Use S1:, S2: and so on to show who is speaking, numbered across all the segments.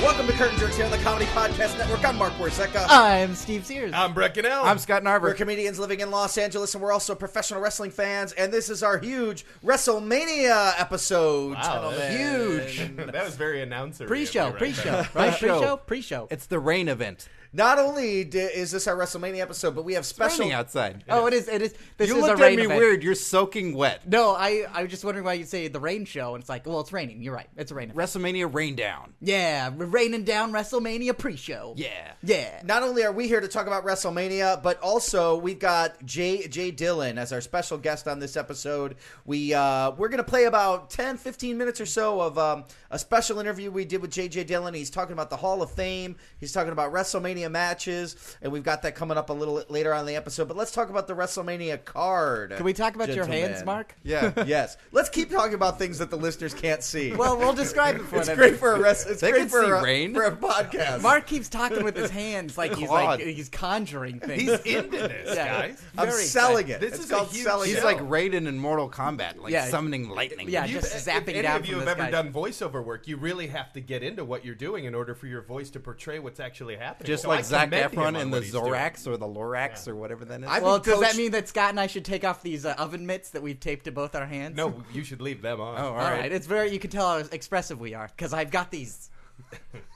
S1: Welcome to Curtain Jerks here on the Comedy Podcast Network. I'm Mark Warsecka.
S2: I'm Steve Sears.
S3: I'm Brett Cannell.
S4: Uh, I'm Scott
S1: We're
S4: Narver.
S1: comedians living in Los Angeles, and we're also professional wrestling fans. And this is our huge WrestleMania episode.
S3: Wow,
S1: gentlemen.
S3: that- that was very announcer.
S2: pre-show,
S3: Right
S2: pre-show,
S3: there.
S2: right?
S4: Pre-show.
S2: Pre-show, pre-show.
S4: It's the rain event.
S1: Not only d- is this our WrestleMania episode, but we have
S4: It's
S1: special.
S4: raining outside.
S2: oh, it is. It is. This
S4: you
S2: is
S4: looked
S2: a
S4: at
S2: rain
S4: me
S2: event.
S4: weird. You're soaking wet.
S2: No, I I was just wondering why you say the rain show, and it's like, well, it's raining. You're right. It's a rain. event.
S4: WrestleMania rain down.
S2: yeah, we're raining down WrestleMania pre-show.
S4: Yeah.
S2: yeah.
S1: Not only are we here to talk about WrestleMania, but also we've got Jay Jay Dillon as our special guest on this episode. We uh, we're gonna play about 10, 15 minutes or so of um, a special interview we did with JJ Dillon. He's talking about the Hall of Fame. He's talking about WrestleMania matches, and we've got that coming up a little later on in the episode. But let's talk about the WrestleMania card.
S2: Can we talk about your hands,
S1: gentlemen.
S2: Mark?
S4: Yeah.
S1: yes. Let's keep talking about things that the listeners can't see.
S2: Well, we'll describe it for
S1: it's
S2: them.
S1: great for a rest. It's
S4: They
S1: great
S4: can
S1: for
S4: see
S1: a,
S4: rain.
S1: for a podcast.
S2: Mark keeps talking with his hands like he's like
S4: God.
S2: he's conjuring things.
S3: He's into this,
S2: Yeah.
S3: guys.
S1: I'm
S2: very
S1: selling
S2: excited.
S1: it.
S3: This
S1: it's
S3: is a
S1: called
S3: huge
S1: selling
S4: He's
S1: it.
S3: show.
S4: like Raiden in Mortal Kombat, like
S2: Yeah.
S4: summoning lightning.
S2: Yeah.
S4: You-
S2: just
S3: if
S2: zapping
S3: any
S2: down
S3: of
S2: from
S3: you have
S2: this
S3: ever
S2: guy.
S3: done voiceover work, you really have to get into what you're doing in order for your voice to portray what's actually happening.
S4: Just
S3: So I
S4: like Zach
S3: commend him on
S4: Efron in
S3: what
S4: the
S3: he's doing.
S4: Zorax or the Lorax or whatever that is.
S1: I've
S2: well,
S1: been
S2: does that
S1: coached-
S2: mean that Scott and I should take off these uh, oven mitts that we've taped to both our hands?
S3: No, you should leave them on.
S4: oh, all
S2: All right.
S4: right.
S2: It's very. You can tell how expressive we are because I've got these.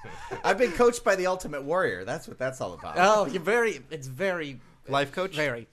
S1: I've been coached by the Ultimate Warrior. That's what that's all about.
S2: Oh, you're very. It's very.
S4: Uh, Life coach?
S2: Very.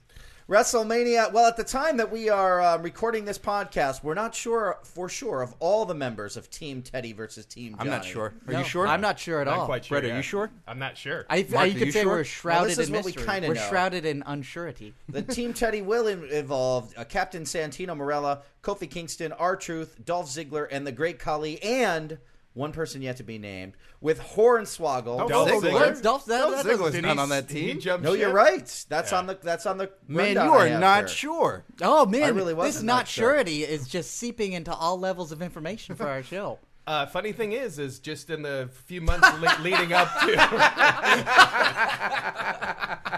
S1: WrestleMania. Well, at the time that we are um, recording this podcast, we're not sure for sure of all the members of Team Teddy versus Team.
S4: I'm not
S1: Johnny.
S4: sure. Are
S2: No,
S4: you sure?
S2: I'm not sure at all.
S3: Not quite sure.
S4: Brett, are
S3: yeah.
S4: you sure?
S3: I'm not sure.
S2: I,
S4: Mark,
S2: you
S4: are
S2: could
S4: you
S2: say
S4: sure?
S2: we're shrouded
S1: Well, this is
S2: in
S1: what we
S2: mystery.
S1: kinda
S2: are
S1: know.
S2: shrouded in unsurety.
S1: The Team Teddy will in- involve uh, Captain Santino Morella, Kofi Kingston, R Truth, Dolph Ziggler, and the Great Khali, and one person yet to be named with Hornswoggle.
S3: Dolph
S4: Dolph
S3: Ziggler?
S4: Ziggler?
S2: What's Dolph- that-
S4: Dolph
S2: that doesn't-
S4: Ziggler's
S3: Did
S4: not
S3: he-
S4: on that
S3: did he
S4: team.
S3: jump
S1: No, you're
S3: ship?
S1: right. That's
S3: Yeah.
S1: on the that's on the
S4: Man, you
S1: rundown I
S4: are
S1: have here.
S4: not sure.
S2: Oh man,
S1: I really
S2: this
S1: wasn't
S2: not
S1: that sure.
S2: surety is just seeping into all levels of information for our show.
S3: Uh, funny thing is, is just in the few months le- leading up to.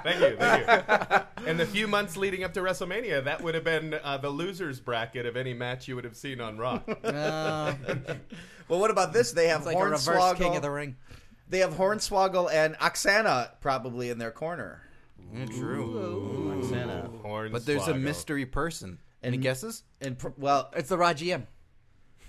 S3: thank you, thank you. In the few months leading up to WrestleMania, that would have been uh, the losers bracket of any match you would have seen on Raw.
S2: Uh,
S1: Well, what about this? They have
S2: it's like a reverse
S1: Hornswoggle.
S2: King of the Ring.
S1: They have Hornswoggle and Oksana probably in their corner.
S4: True.
S1: Oksana.
S3: Hornswoggle.
S4: But there's a mystery person. Any
S1: And-
S4: guesses?
S1: And pr- well,
S2: It's the Raw GM.
S1: E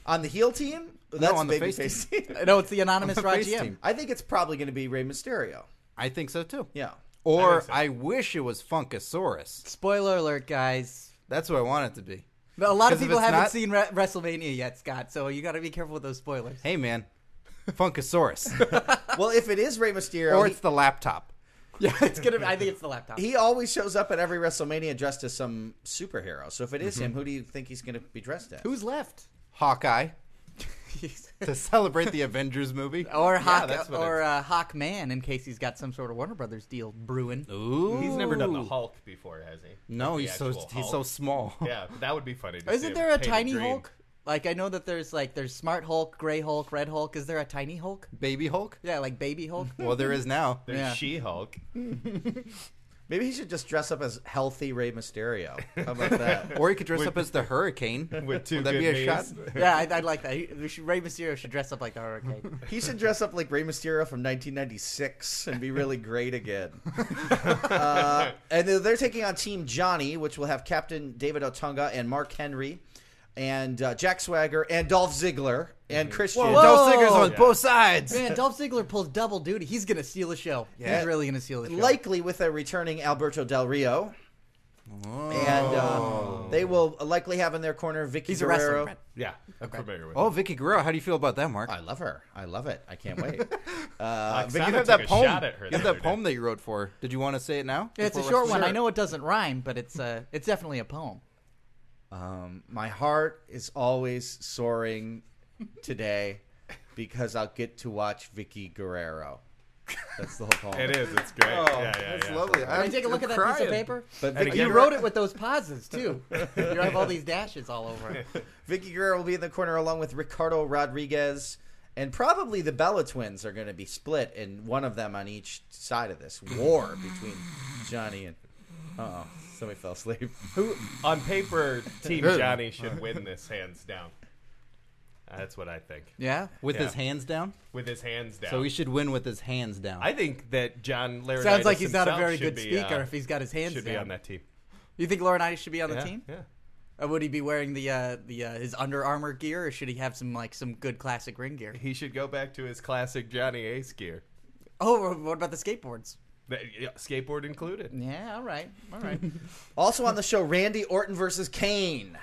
S1: on the heel team, that's
S4: on the
S1: babyface
S4: face
S1: team.
S2: No, it's the anonymous
S4: The
S2: Raw
S4: face
S2: GM.
S4: team.
S1: E I think it's probably going to be Rey Mysterio.
S4: I think so too.
S1: Yeah.
S4: Or I,
S3: so.
S4: wish it was Funkasaurus.
S2: Spoiler alert, guys.
S4: That's what I want it to be.
S2: But a lot of
S4: 'Cause if
S2: people
S4: it's
S2: haven't
S4: not-
S2: seen Re- WrestleMania yet, Scott. So you got to be careful with those spoilers.
S4: Hey man, Funkasaurus,
S1: Well, if it is Rey Mysterio,
S4: or
S1: he-
S4: it's the laptop.
S2: Yeah, it's gonna. Be, I think it's the laptop.
S1: he, always shows up at every WrestleMania dressed as some superhero. So if it
S4: Mm-hmm.
S1: is him, who do you think he's going to be dressed as?
S2: Who's left?
S4: Hawkeye to celebrate the Avengers movie.
S2: or Hawk,
S3: that's what
S2: or uh, Hawkman, in case he's got some sort of Warner Brothers deal brewing.
S4: Ooh,
S3: He's never done the Hulk before, has he?
S4: No,
S3: The
S4: he's so
S3: actual
S4: he's so
S3: Hulk.
S4: small.
S3: Yeah, that would be funny. to see
S2: Isn't
S3: him
S2: there a
S3: paint
S2: tiny
S3: dream.
S2: Hulk? Like I know that there's like there's Smart Hulk, Gray Hulk, Red Hulk. Is there a tiny Hulk?
S4: Baby Hulk.
S2: Yeah, like Baby Hulk.
S4: Well, there is now.
S3: There's
S2: Yeah.
S3: She-Hulk.
S2: Mm.
S1: Maybe he should just dress up as healthy Rey Mysterio. How about that?
S4: Or he could dress up as the Hurricane.
S3: With two
S4: Would that
S3: good
S4: be a
S3: knees.
S4: shot?
S2: yeah, I, I like that. He, we should, Rey Mysterio should dress up like the Hurricane.
S1: he should dress up like Rey Mysterio from 1996 and be really great again. Uh, and they're, they're taking on Team Johnny, which will have Captain David Otunga and Mark Henry, and uh, Jack Swagger and Dolph Ziggler and Christian.
S2: Whoa.
S4: Dolph Ziggler's on
S3: Mm-hmm. Yeah.
S4: both sides.
S2: Man, Dolph Ziggler pulls double duty. He's gonna steal the show.
S4: Yeah.
S2: He's really gonna steal the show.
S1: likely with a returning Alberto Del Rio. And uh, they will likely have in their corner Vicky
S2: he's a wrestler.
S1: Guerrero.
S2: Brett.
S3: Yeah, I'm familiar with.
S4: Oh, Vicky Guerrero. How do you feel about that, Mark?
S1: I love her. I love it. I can't wait.
S3: uh,
S4: Vic, you have that poem. you have that poem that you wrote for. her. Did you want to say it now?
S2: It's a
S4: Before
S2: short
S4: Wrestling-
S2: one. I know it doesn't rhyme, but it's uh, it's definitely a poem.
S1: Um, my heart is always soaring today because I'll get to watch Vicky Guerrero. That's the whole poem.
S3: It is. It's great.
S2: Oh.
S1: Oh,
S3: yeah, yeah,
S4: That's
S3: yeah.
S4: lovely.
S2: Can I take a look at that piece of paper?
S1: But
S3: And
S1: Vicky,
S3: again-
S2: You wrote it with those pauses too. you have all these dashes all over it.
S1: Vicky Guerrero will be in the corner along with Ricardo Rodriguez. And probably the Bella twins are going to be split, and one of them on each side of this war between Johnny and. Uh oh, somebody fell asleep.
S3: Who on paper, Team Johnny should win this hands down. That's what I think.
S2: Yeah.
S4: With
S3: Yeah.
S4: his hands down?
S3: With his hands down.
S4: So he should win with his hands down.
S3: I think that John Larry
S2: Sounds like he's not a very good speaker if he's got his hands
S3: uh, should
S2: down.
S3: be on that team.
S2: You think Laurinaitis should be on the
S3: yeah,
S2: team?
S3: Yeah.
S2: Or would he be wearing the uh, the uh, his Under Armour gear, or should he have some like some good classic ring gear?
S3: He should go back to his classic Johnny Ace gear.
S2: Oh, what about the skateboards?
S3: That- yeah, Skateboard included.
S2: Yeah, all right, all right.
S1: Also on the show, Randy Orton versus Kane.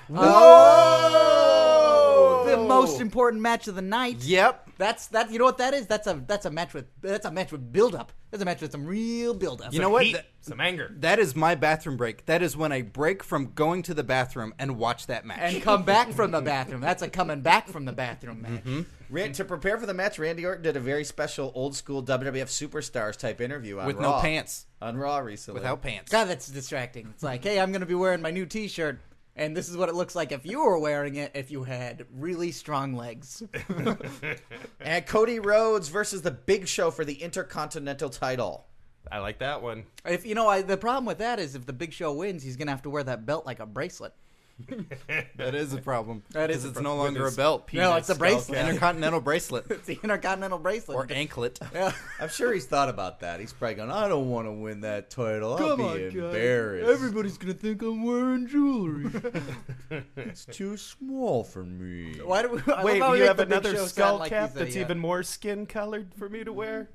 S2: oh, the most important match of the night.
S4: Yep.
S2: That's that. You know what that is? That's a that's a match with that's a match with build up. That's a match with some real build up.
S4: You know what?
S3: Heat,
S4: Th-
S3: some anger.
S4: that is my bathroom break. That is when I break from going to the bathroom and watch that match.
S2: and come back from the bathroom. That's a coming back from the bathroom match.
S4: Hmm?
S1: Ran- to prepare for the match, Randy Orton did a very special old school WWF superstars type interview on
S4: With no
S1: Raw.
S4: pants.
S1: on Raw recently.
S4: Without pants.
S2: God, that's distracting. It's like, hey, I'm going to be wearing my new T-shirt, and this is what it looks like if you were wearing it if you had really strong legs.
S1: and Cody Rhodes versus the Big Show for the Intercontinental title.
S3: I like that one.
S2: If you know, I, the problem with that is if the Big Show wins, he's going to have to wear that belt like a bracelet.
S4: That is a problem.
S2: That is
S4: Because
S2: a
S4: it's
S2: pro-
S4: no
S3: with
S4: longer a
S3: his
S4: belt.
S2: No, it's a bracelet.
S4: Intercontinental bracelet
S2: It's the Intercontinental bracelet.
S4: or anklet.
S2: Yeah.
S1: I'm sure he's thought about that. He's probably going, I don't want to win that title. I'll be embarrassed.
S2: going to think I'm wearing jewelry.
S1: It's too small for me.
S2: Why do we? I love
S3: Wait,
S2: how we
S3: you
S2: make
S3: have
S2: the Big
S3: another
S2: Show
S3: skull
S2: sound like
S3: cap
S2: he's a,
S3: that's
S2: uh,
S3: even more skin colored for me to wear?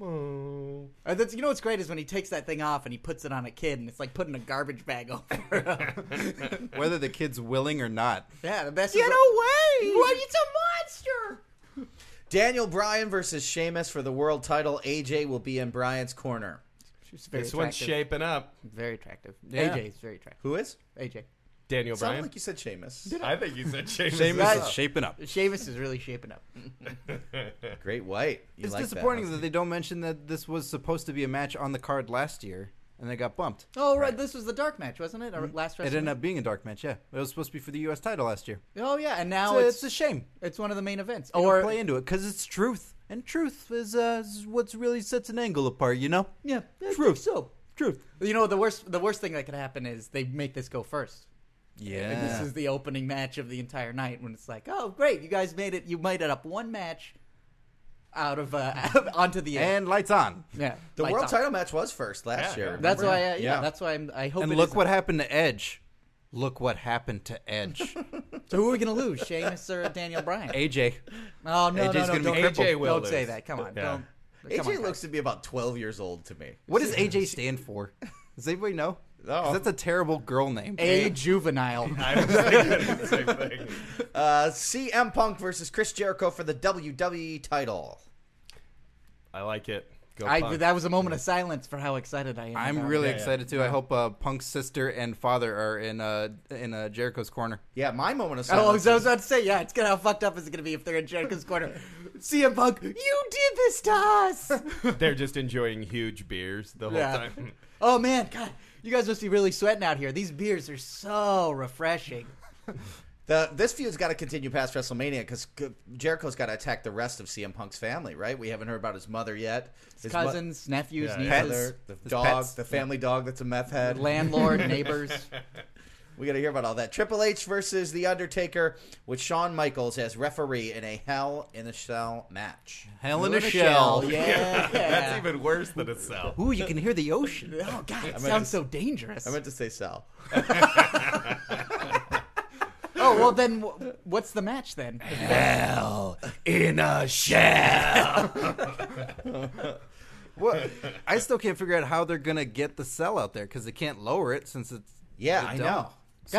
S3: Oh.
S2: Uh, that's, you know what's great is when he takes that thing off and he puts it on a kid, and it's like putting a garbage bag over. him.
S4: Whether the kid's willing or not.
S2: yeah, the best.
S1: Get
S2: is
S1: away!
S2: What? It's a monster.
S1: Daniel Bryan versus Sheamus for the world title. AJ will be in Bryan's corner.
S2: She's very
S3: This one's
S2: attractive.
S3: shaping up.
S2: Very attractive.
S4: Yeah.
S2: AJ is very attractive.
S1: Who is?
S2: AJ.
S3: Daniel
S1: Sounded
S3: Bryan.
S1: like you said Sheamus.
S3: I think you said Seamus.
S4: Sheamus
S2: up.
S4: is shaping up.
S2: Sheamus is really shaping up.
S1: Great white. You
S4: It's
S1: like that,
S4: disappointing
S1: huh?
S4: that, they don't mention that this was supposed to be a match on the card last year and they got bumped.
S2: Oh right, this was the dark match, wasn't it? Our Last
S4: Mm-hmm. It ended
S2: WrestleMania?
S4: up being a dark match, yeah. It was supposed to be for the U.S. title last year.
S2: Oh yeah, and now
S4: So
S2: it's
S4: it's, a shame. Oh,
S2: it's one of the main events.
S4: Or
S2: Or
S4: play into it because it's truth, and truth is, uh, is what's really sets an angle apart. You know,
S2: yeah,
S4: Truth.
S2: So
S4: truth.
S2: you know the worst the worst thing that could happen is they make this go first.
S4: Yeah,
S2: And this is the opening match of the entire night when it's like, oh great, you guys made it. You made it up one match out of uh, onto the air.
S4: and lights on.
S2: yeah,
S1: The
S2: lights
S1: world
S2: out.
S1: title match was first last
S3: Yeah,
S1: year.
S3: yeah.
S2: That's why. I, yeah,
S1: Yeah.
S2: that's why I'm, I hope.
S4: and
S2: it
S4: look
S2: isn't.
S4: what happened to Edge. Look what happened to Edge.
S2: So who are we gonna lose, Sheamus or Daniel Bryan?
S4: AJ.
S2: Oh no,
S4: AJ's
S2: no, no,
S4: gonna be
S2: don't,
S4: crippled.
S3: AJ will
S2: don't say
S3: lose.
S2: that. Come on,
S3: Yeah.
S2: don't. come on,
S1: AJ
S2: guys.
S1: looks to be about 12 years old to me.
S4: What does AJ stand for? Does anybody know? 'Cause that's a terrible girl name.
S2: a juvenile.
S3: I was thinking the same thing.
S1: Uh, CM Punk versus Chris Jericho for the WWE title.
S3: I like it. Go
S2: I,
S3: Punk.
S2: that was a moment of silence for how excited I am.
S4: I'm
S2: about
S4: really
S2: it.
S3: yeah.
S4: excited too. I hope uh, Punk's sister and father are in uh, in uh, Jericho's corner.
S1: Yeah, my moment of
S2: Oh,
S1: silence.
S2: so I was about to say, yeah, it's gonna how fucked up is it gonna be if they're in Jericho's corner? CM Punk, you did this to us.
S3: They're just enjoying huge beers the whole
S2: Yeah.
S3: time.
S2: oh man, God, you guys must be really sweating out here. These beers are so refreshing.
S1: the, this feud's got to continue past WrestleMania because Jericho's got to attack the rest of CM Punk's family, right? We haven't heard about his mother yet. His mo-
S2: Cousins, nephews,
S3: Yeah.
S1: his
S2: nieces,
S1: mother, the
S4: His
S1: dog,
S4: pets.
S1: the family dog that's a meth head.
S2: landlord, neighbors.
S1: We got to hear about all that. Triple H versus The Undertaker with Shawn Michaels as referee in a Hell in a Cell match.
S4: Hell in
S2: Blue
S4: a shell.
S2: Yeah.
S3: That's even worse than a cell.
S4: Ooh, you can hear the ocean.
S2: Oh God, it
S1: meant
S2: sounds
S1: to-
S2: so dangerous.
S1: I meant to say cell.
S2: Oh well, then w- what's the match then?
S4: Hell in a shell. well, I still can't figure out how they're gonna get the cell out there because they can't lower it since it's
S1: Yeah,
S4: they
S1: I
S4: don't.
S1: know.
S4: So-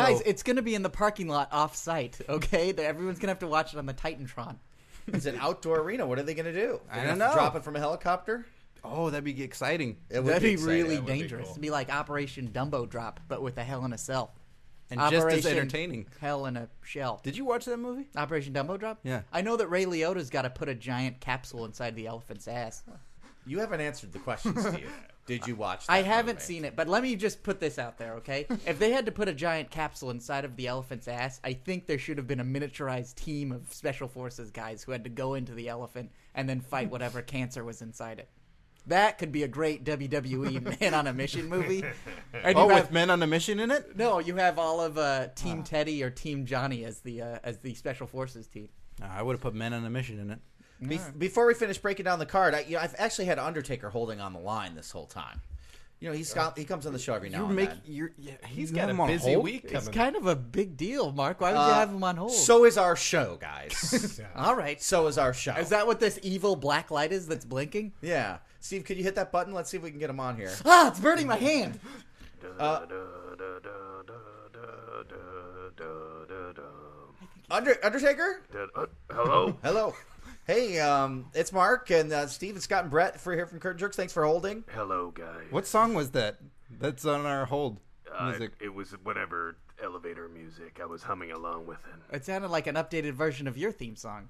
S2: Guys, it's going to be in the parking lot off site, okay? That Everyone's going to have to watch it on the Titantron.
S1: It's an outdoor arena. What are they going to do?
S4: I
S1: They're gonna
S4: don't
S1: have to
S4: know.
S1: Drop it from a helicopter?
S4: oh, that'd be exciting.
S1: It would
S2: That'd be,
S1: exciting.
S2: really
S3: That would be
S2: dangerous.
S3: cool.
S2: It'd be like Operation Dumbo Drop, but with a hell in a cell.
S4: And just as
S2: Operation
S4: entertaining.
S2: Hell in a shell.
S4: Did you watch that movie?
S2: Operation Dumbo Drop?
S4: Yeah.
S2: I know that Ray Liotta's got to put a giant capsule inside the elephant's ass.
S1: You haven't answered the question, Steve. Did you watch? That
S2: I haven't
S1: movie?
S2: seen it, but let me just put this out there, okay? if they had to put a giant capsule inside of the elephant's ass, I think there should have been a miniaturized team of special forces guys who had to go into the elephant and then fight whatever cancer was inside it. That could be a great WWE Man on a Mission movie. And you
S4: Oh,
S2: have-
S4: with men on a mission in it.
S2: no, you have all of uh, Team Teddy or Team Johnny as the uh, as the special forces team.
S4: I would have put Men on a Mission in it.
S1: Be- Before we finish breaking down the card, I, you know, I've actually had Undertaker holding on the line this whole time. You know, he's got, he comes on the show every now
S4: You're
S1: and
S4: making
S1: then.
S4: you're yeah,
S3: He's
S4: you
S3: got
S4: have him
S3: a
S4: on
S3: busy
S4: hold?
S3: week
S2: It's
S3: coming.
S2: kind of a big deal, Mark. Why would you
S1: Uh,
S2: have him on hold?
S1: So is our show, guys.
S2: all right.
S1: so is our show.
S2: Is that what this evil black light is that's blinking?
S1: yeah. Steve, could you hit that button? Let's see if we can get him on here. Uh,
S2: Ah, it's burning my hand.
S1: Under Undertaker?
S5: "Uh, Hello?
S1: Hello. Hey, um, it's Mark and uh, Steve and Scott and Brett for here from Curtain Jerks. Thanks for holding.
S5: Hello, guys.
S4: What song was that? That's on our hold
S5: Uh,
S4: music.
S5: It was whatever elevator music I was humming along with it.
S2: It sounded like an updated version of your theme song.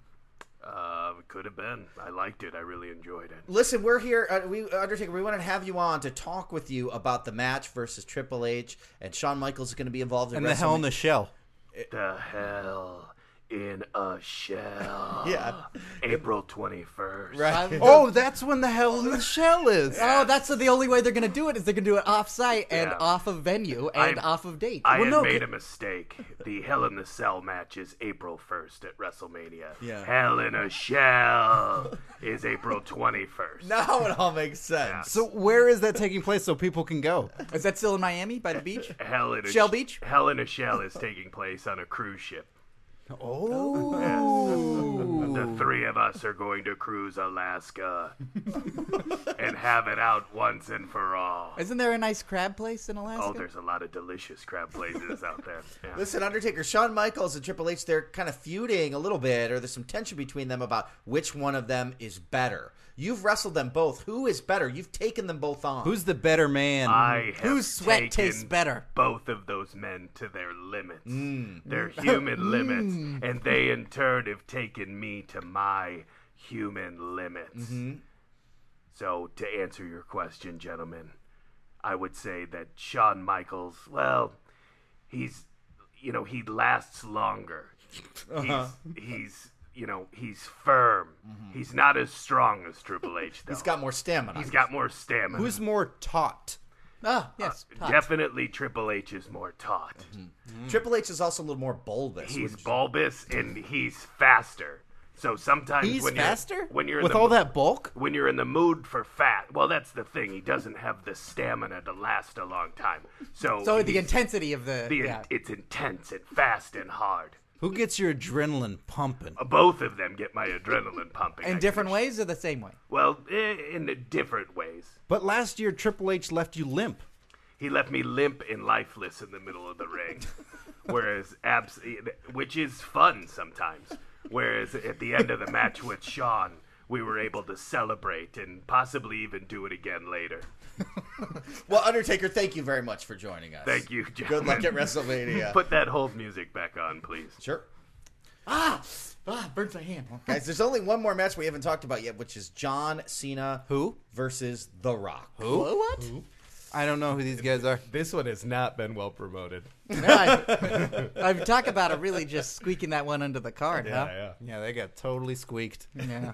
S5: Uh, could have been. I liked it. I really enjoyed it.
S1: Listen, we're here. Uh, we Undertaker. We want to have you on to talk with you about the match versus Triple H and Shawn Michaels is going to be involved in
S4: and the Hell in the Shell. Eh.
S5: The hell in a shell.
S1: Yeah.
S5: April 21st.
S1: Right.
S4: Oh, that's when the Hell in the Shell is.
S2: Oh, that's the only way they're going to do it is they're going to do it off site and
S5: Yeah.
S2: off of venue
S5: I'm-
S2: and off of date.
S5: I
S4: Well,
S5: had
S4: no,
S5: made
S4: ca-
S5: a mistake. The Hell in the Cell match is April 1st at WrestleMania.
S1: Yeah.
S5: Hell in a Shell is April 21st.
S1: Now it all makes sense.
S4: So where is that taking place so people can go?
S2: Is that still in Miami by the beach?
S5: Hell in a
S2: Shell Beach?
S5: Hell in a Shell is taking place on a cruise ship.
S4: Oh.
S5: The three of us are going to cruise Alaska and have it out once and for all.
S2: Isn't there a nice crab place in
S5: Oh,
S2: Alaska?
S5: there's a lot of delicious crab places out there. Yeah.
S1: Listen, Undertaker, Shawn Michaels and Triple H, they're kind of feuding a little bit, or there's some tension between them about which one of them is better. You've wrestled them both. Who is better? You've taken them both on.
S4: Who's the better man?
S5: I have
S2: Whose
S5: taken
S2: sweat tastes better?
S5: Both of those men to their limits,
S1: Mm.
S5: their human limits, and they in turn have taken me to my human limits.
S1: Mm-hmm.
S5: So, to answer your question, gentlemen, I would say that Shawn Michaels, well, he's, you know, he lasts longer.
S1: Uh-huh.
S5: He's, he's, you know, he's firm. He's not as strong as Triple H, though.
S1: Mm-hmm. He's got more stamina.
S5: he's got more stamina. Uh,
S4: Who's more taught?
S2: Ah, yes. Todd.
S5: Definitely Triple H is more taut.
S1: Mm-hmm. Triple H is also a little more bulbous.
S5: He's
S1: which-
S5: bulbous and he's faster. So sometimes
S4: He's
S5: when
S4: faster?
S5: you're when you're in
S4: With
S5: the,
S4: all that bulk?
S5: when you're in the mood for fat, well that's the thing. He doesn't have the stamina to last a long time. So
S2: So the
S5: he's-
S2: intensity of the,
S5: the in-
S2: yeah.
S5: it's intense and fast and hard.
S4: Who gets your adrenaline pumping?
S5: Uh, Both of them get my adrenaline pumping. I
S2: in
S5: can
S2: different
S5: assure-
S2: ways or the same way.
S5: Well, eh, in different ways.
S4: But last year Triple H left you limp.
S5: He left me limp and lifeless in the middle of the ring. Whereas, abs- which is fun sometimes. Whereas at the end of the match with Sean, we were able to celebrate and possibly even do it again later.
S1: Well, Undertaker, thank you very much for joining us.
S5: Thank you,
S1: Good
S5: gentlemen.
S1: luck at WrestleMania.
S5: Put that hold music back on, please.
S1: sure.
S2: Ah, ah, burns my hand.
S1: Guys, there's only one more match we haven't talked about yet, which is John Cena
S4: Who?
S1: versus The Rock.
S2: Whoa, what?
S4: I don't know who these guys are.
S3: This one has not been well promoted.
S2: I, I've talked about it really just squeaking that one under the card, huh?
S3: yeah.
S4: Yeah, they got totally squeaked.
S2: Yeah.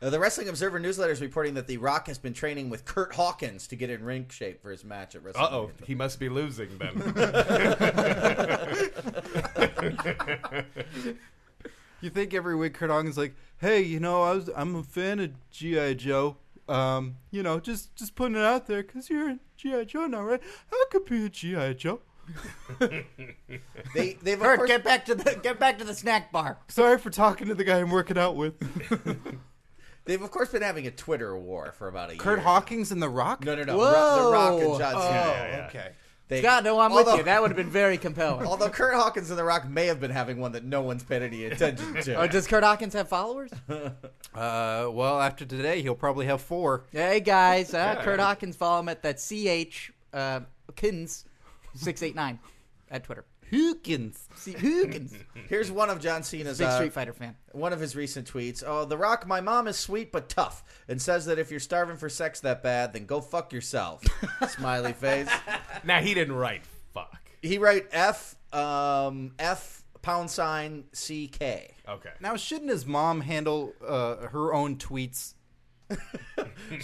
S1: Uh, the Wrestling Observer newsletter is reporting that The Rock has been training with Kurt Hawkins to get in ring shape for his match at WrestleMania.
S3: Uh oh, he must be losing then.
S4: You think every week Kurt Hawkins like, hey, you know, I was, I'm a fan of GI Joe. Um, you know, just just putting it out there because you're a GI Joe now, right? I could be a GI Joe.
S1: They, they've of
S2: Bert,
S1: course-
S2: get back to the get back to the snack bar.
S4: Sorry for talking to the guy I'm working out with.
S1: They've of course been having a Twitter war for about a year.
S4: Kurt Hawkins and The Rock.
S1: No, no, no. Ro- the Rock and
S2: Whoa.
S1: John
S2: Oh.
S1: Cena.
S4: okay.
S1: They-
S2: God, no, I'm with
S1: although-
S2: you. That would have been very compelling.
S1: although Kurt Hawkins and The Rock may have been having one that no one's paid any attention to.
S2: Oh, does Kurt Hawkins have followers?
S4: Uh, well, after today, he'll probably have four.
S2: hey guys, uh, Kurt Hawkins. Follow him at that ch uh, Kins six eight nine at Twitter.
S4: Hookins.
S2: See, Hawkins,
S1: Here's one of John Cena's
S2: big
S1: uh,
S2: Street Fighter fan.
S1: one of his recent tweets. Oh, The Rock, my mom is sweet but tough, and says that if you're starving for sex that bad, then go fuck yourself. Smiley face.
S3: now he didn't write fuck.
S1: He wrote F um, F pound sign C K.
S3: Okay.
S4: Now, shouldn't his mom handle uh, her own tweets?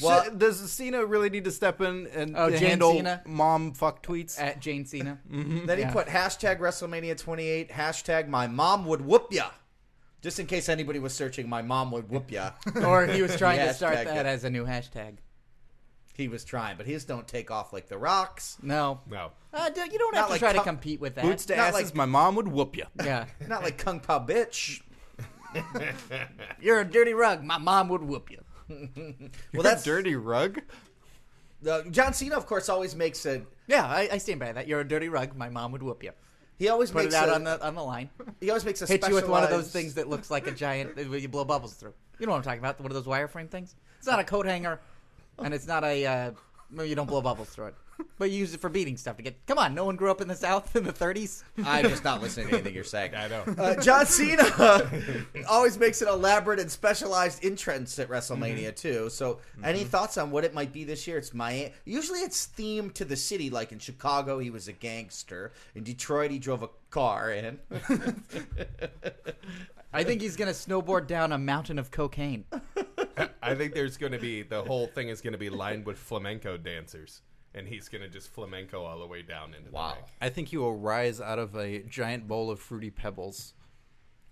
S1: Well-
S4: Should- does Cena really need to step in and
S2: Oh, Jane
S4: handle
S2: Cena?
S4: mom fuck tweets? Mm-hmm.
S2: At Jane Cena.
S1: Then he put hashtag WrestleMania 28, hashtag my mom would whoop ya. Just in case anybody was searching, my mom would whoop ya.
S2: or he was trying to start
S1: Hashtag
S2: that
S1: it.
S2: as a new hashtag.
S1: he was trying, but his don't take off like the rocks.
S2: No,
S3: No.
S2: Uh, d- you don't
S1: Not
S2: have to
S1: like
S2: try to
S1: com-
S2: compete with that.
S4: Boots to
S1: Not
S4: asses,
S1: like-
S4: my mom would whoop you.
S2: yeah,
S1: Not like Kung Pao bitch.
S2: you're a dirty rug. My mom would whoop you.
S1: Well, that's
S4: dirty rug.
S1: Uh, John Cena, of course, always makes a.
S2: Yeah, I, I stand by that. You're a dirty rug. My mom would whoop you.
S1: He always
S2: Put
S1: makes
S2: it out
S1: a,
S2: on the on the line.
S1: He always makes a
S2: Hit you with one of those
S1: specialized-
S2: things that looks like a giant that you blow bubbles through. You know what I'm talking about? One of those wireframe things. It's not a coat hanger, and it's not a. Uh, no, you don't blow bubbles through it, but you use it for beating stuff to get. Come on, no one grew up in the South in the 30s.
S1: I'm just not listening to anything you're saying.
S3: I know.
S1: Uh, John Cena always makes an elaborate and specialized entrance at
S4: Mm-hmm.
S1: WrestleMania too. So, any thoughts on what it might be this year? It's Miami. Usually, it's themed to the city. Like in Chicago, he was a gangster. In Detroit, he drove a car. And
S2: I think he's gonna snowboard down a mountain of cocaine.
S3: I think there's going to be the whole thing is going to be lined with flamenco dancers, and he's going to just flamenco all the way down into the ring.
S4: I think he will rise out of a giant bowl of fruity pebbles,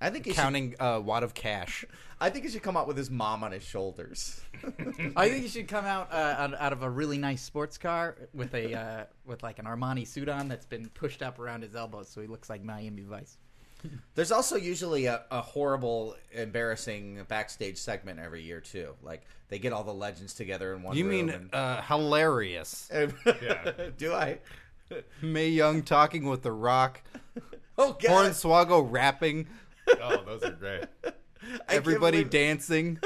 S1: I think he should,
S4: counting a wad of cash.
S1: I think he should come out with his mom on his shoulders.
S2: I think you should come out uh, out, out of a really nice sports car with a uh, with like an Armani suit on that's been pushed up around his elbows, so he looks like Miami Vice.
S1: There's also usually a, a horrible, embarrassing backstage segment every year too. Like they get all the legends together in one.
S4: You
S1: room
S4: mean
S1: and-
S4: uh, hilarious?
S3: Yeah.
S1: do I?
S4: May Young talking with The Rock,
S1: Oh God!
S4: Hornswoggle rapping,
S3: Oh, those are great.
S1: I can't
S4: everybody
S1: believe-
S4: dancing.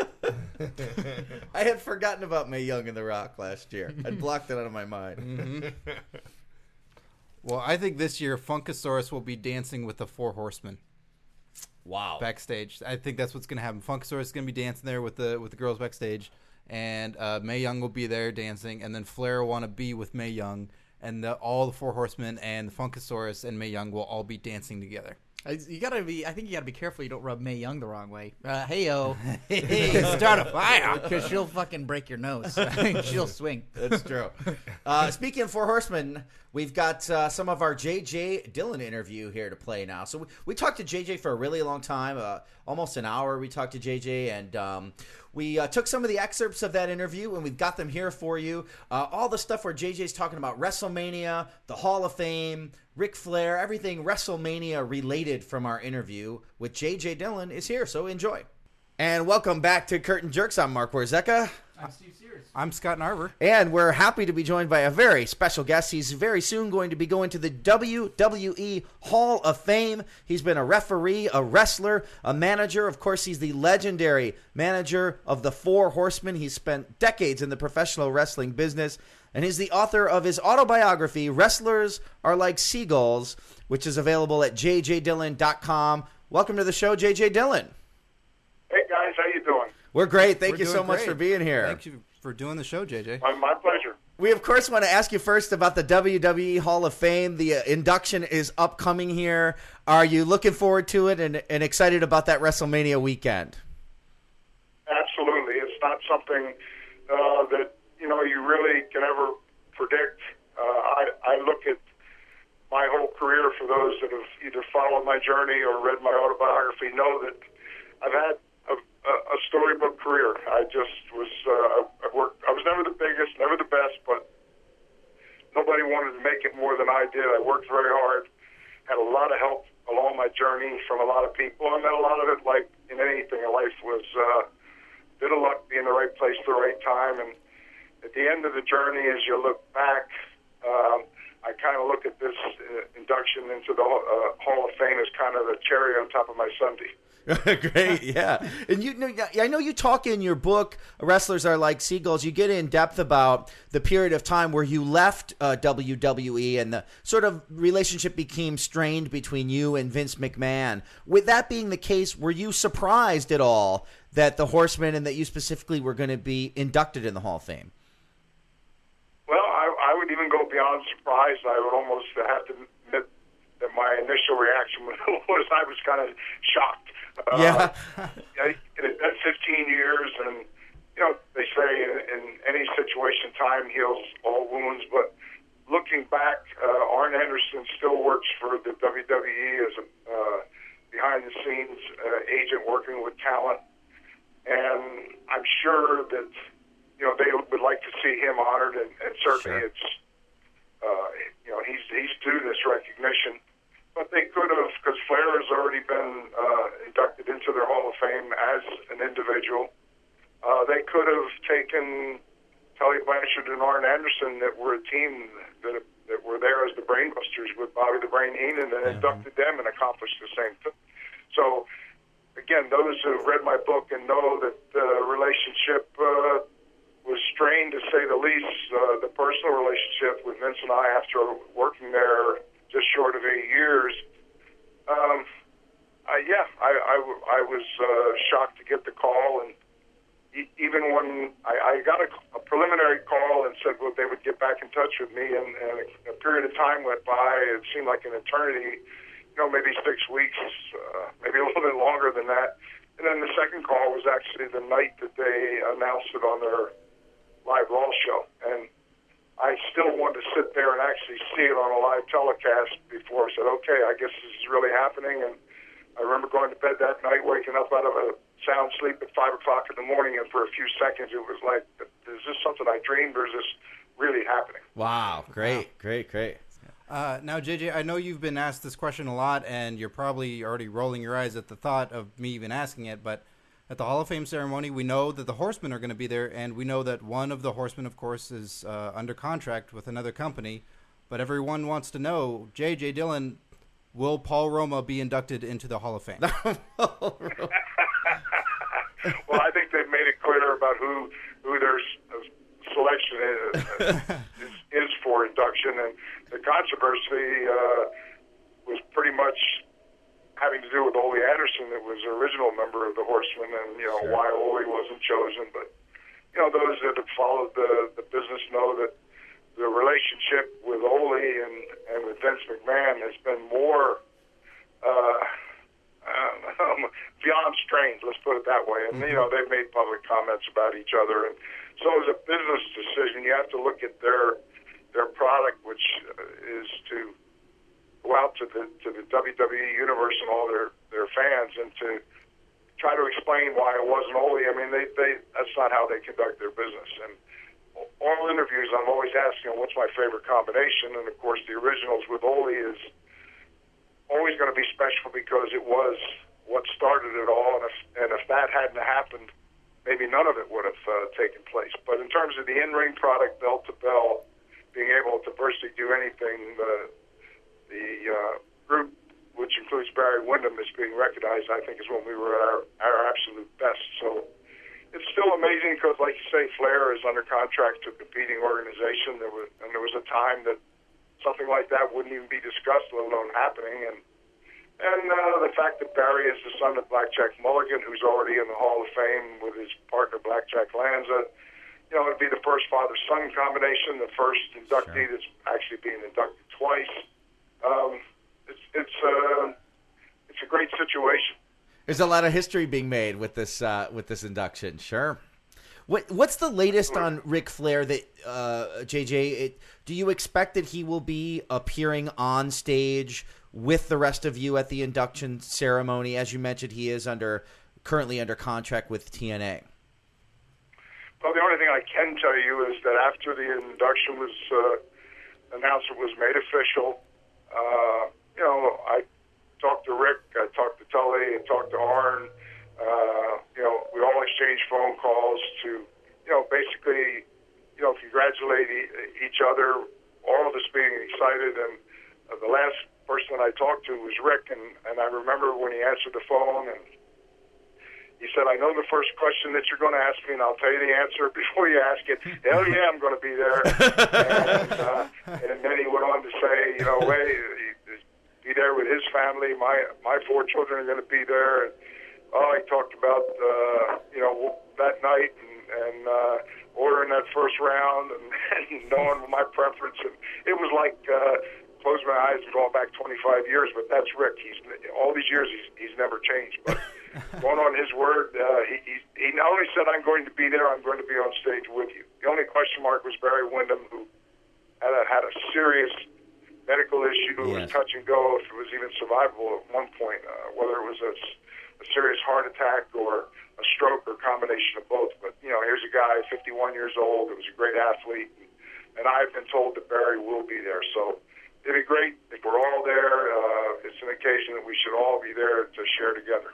S1: I had forgotten about May Young and The Rock last year. I'd blocked it out of my mind.
S4: Mm-hmm.
S3: Mm-hmm.
S4: Well, I think this year Funkasaurus will be dancing with the Four Horsemen
S1: Wow.
S4: backstage. I think that's what's going to happen. Funkasaurus is going to be dancing there with the with the girls backstage, and uh, May Young will be there dancing, and then Flair will want to be with May Young, and the, all the Four Horsemen and Funkasaurus and May Young will all be dancing together.
S2: I, you gotta be. I think you gotta be careful you don't rub May Young the wrong way. Uh, heyo,
S4: Hey, start a fire!
S2: because she'll fucking break your nose. she'll swing.
S1: That's true. Uh, speaking of Four Horsemen, we've got uh, some of our JJ Dillon interview here to play now. So we, we talked to JJ for a really long time, uh, almost an hour. We talked to JJ, and um, we uh, took some of the excerpts of that interview, and we've got them here for you. Uh, all the stuff where JJ's talking about WrestleMania, the Hall of Fame, Ric Flair, everything WrestleMania related from our interview with JJ Dillon is here. So enjoy. And welcome back to Curtain Jerks. I'm Mark Warzeka.
S4: I'm Scott Narver.
S1: And we're happy to be joined by a very special guest. He's very soon going to be going to the WWE Hall of Fame. He's been a referee, a wrestler, a manager. Of course, he's the legendary manager of the Four Horsemen. He's spent decades in the professional wrestling business. And he's the author of his autobiography, Wrestlers Are Like Seagulls, which is available at jjdillon.com. Welcome to the show, JJ Dillon.
S6: Hey guys, how you doing?
S1: We're great. Thank
S4: We're
S1: you so
S4: doing
S1: much
S4: great.
S1: for being here.
S4: Thank you for doing the show, JJ.
S6: My, my pleasure.
S1: We of course want to ask you first about the WWE Hall of Fame. The uh, induction is upcoming here. Are you looking forward to it and, and excited about that WrestleMania weekend?
S6: Absolutely, it's not something uh, that you know you really can ever predict. Uh, I I look at my whole career for those that have either followed my journey or read my autobiography know that I've had a, a, a storybook career. I just was uh, I, I worked. I was never the biggest, never the best, but nobody wanted to make it more than I did. I worked very hard, had a lot of help along my journey from a lot of people, and then a lot of it, like in anything in life, was uh, a bit of luck, be in the right place at the right time, and at the end of the journey, as you look back, um, I kind of look at this uh, induction into the uh, Hall of Fame as kind of the cherry on top of my Sunday.
S1: Great, yeah. And you know, I know you talk in your book, wrestlers are like seagulls. You get in depth about the period of time where you left uh, WWE and the sort of relationship became strained between you and Vince McMahon. With that being the case, were you surprised at all that the Horsemen and that you specifically were going to be inducted in the Hall of Fame?
S6: Well, I, I would even go beyond surprised. I would almost have to admit that my initial reaction was I was kind of shocked. Uh,
S1: Yeah.
S6: I, it had been 15 years, and you know they say in, in any situation, time heals all wounds. But looking back, E uh, Arn Anderson still works for the WWE as a uh, behind behind the scenes uh, agent working with talent, and I'm sure that you know they would like to see him honored, and, and certainly
S4: Sure.
S6: it's uh, you know he's he's due this recognition. But they could have, because Flair has already been uh, inducted into their Hall of Fame as an individual. Uh, they could have taken Kelly Blanchard and Arn Anderson that were a team that that were there as the Brainbusters with Bobby the Brain Heenan and inducted them and accomplished the same thing. So, again, those who have read my book and know that the relationship uh, was strained, to say the least. Uh, the personal relationship with Vince and I, after working there just short of eight years, um, I, yeah, I, I w- I was uh, shocked to get the call, and e- even when I, I got a, a preliminary call and said well, they would get back in touch with me, and, and a, a period of time went by. It seemed like an eternity, you know, maybe six weeks, uh, maybe a little bit longer than that. And then the second call was actually the night that they announced it on their live Raw show, and I still wanted to sit there and actually see it on a live telecast before I said, okay, I guess this is really happening. And I remember going to bed that night, waking up out of a sound sleep at 5 o'clock in the morning, and for a few seconds it was like, is this something I dreamed or is this really happening?
S1: Wow, great, great, great.
S4: Uh, now, JJ, I know you've been asked this question a lot, and you're probably already rolling your eyes at the thought of me even asking it. But at the Hall of Fame ceremony, we know that the Horsemen are going to be there, and we know that one of the Horsemen, of course, is uh, under contract with another company. But everyone wants to know, JJ Dillon, will Paul Roma be inducted into the Hall of Fame?
S6: well, I think they've made it clear about who who their s- uh, selection uh, is, is, is for induction, and the controversy uh, was pretty much having to do with Ole Anderson, that was the original member of the Horsemen, and you know why Ole wasn't chosen. But you know those that have followed the the business know that the relationship with Ole and and with Vince McMahon has been more uh, um, beyond strained. Let's put it that way. And you know they've made public comments about each other, and so as a business decision, you have to look at their their product, which uh, is to go out to the to the WWE universe and all their their fans, and to try to explain why it wasn't Ole. I mean, they they that's not how they conduct their business. And all interviews, I'm always asking, what's my favorite combination? And of course, the originals with Ole is always going to be special because it was what started it all, and if, and if that hadn't happened, maybe none of it would have uh, taken place. But in terms of the in-ring product, bell to bell, being able to virtually do anything, the the uh, group, which includes Barry Windham, is being recognized. I think is when we were at our, our absolute best. So it's still amazing because, like you say, Flair is under contract to a competing organization. There was and there was a time that something like that wouldn't even be discussed, let alone happening. And and uh, the fact that Barry is the son of Blackjack Mulligan, who's already in the Hall of Fame with his partner Blackjack Lanza, you know, it'd be the first father-son combination, the first inductee that's actually being inducted twice. Um, it's it's uh, it's a great situation.
S1: There's a lot of history being made with this uh, with this induction. Sure. What What's the latest on Ric Flair? That uh, JJ, it, do you expect that he will be appearing on stage with the rest of you at the induction ceremony? As you mentioned, he is under currently under contract with TNA.
S6: Well, the only thing I can tell you is that after the induction was uh, announcement was made official, uh, you know, I talked to Rick, I talked to Tully, I talked to Arn. Uh, you know, we all exchanged phone calls to, you know, basically, you know, congratulate e- each other. All of us being excited, and uh, the last person I talked to was Rick, and, and I remember when he answered the phone and he said, I know the first question that you're going to ask me, and I'll tell you the answer before you ask it. Hell yeah, I'm going to be there. and, uh, and then he went on to say, you know, hey, be there with his family. My my four children are going to be there. And oh, he talked about uh, you know that night and, and uh, ordering that first round and, and knowing my preference. And it was like uh, closing my eyes and going back 25 years. But that's Rick. He's all these years he's he's never changed. But going on his word, uh, he, he he not only said I'm going to be there, I'm going to be on stage with you. The only question mark was Barry Windham, who had a, had a serious medical issue. It was
S1: Yes.
S6: touch and go if it was even survivable at one point, uh, whether it was a, s- a serious heart attack or a stroke or a combination of both. But, you know, here's a guy, 51 years old, who was a great athlete. And I've been told that Barry will be there. So it'd be great if we're all there. Uh, it's an occasion that we should all be there to share together.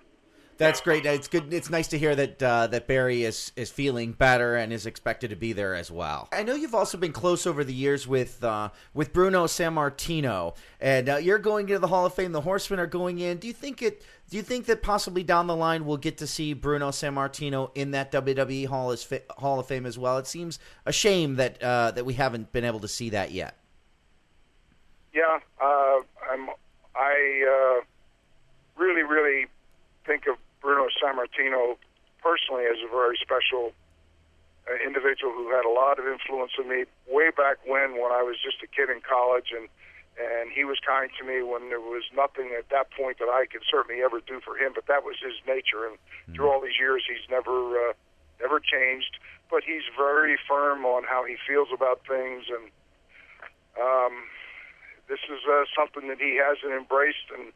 S1: That's great. It's good. It's nice to hear that uh, that Barry is is feeling better and is expected to be there as well. I know you've also been close over the years with uh, with Bruno San Martino, and uh, you're going into the Hall of Fame. The Horsemen are going in. Do you think it? Do you think that possibly down the line we'll get to see Bruno San Martino in that WWE Hall is fi- Hall of Fame as well? It seems a shame that uh, that we haven't been able to see that yet.
S6: Yeah, uh, I'm. I uh, really, really think of Bruno Sammartino personally as a very special uh, individual who had a lot of influence on me way back when, when I was just a kid in college, and and he was kind to me when there was nothing at that point that I could certainly ever do for him. But that was his nature, and through all these years, he's never uh, never changed. But he's very firm on how he feels about things, and um, this is uh, something that he hasn't embraced, and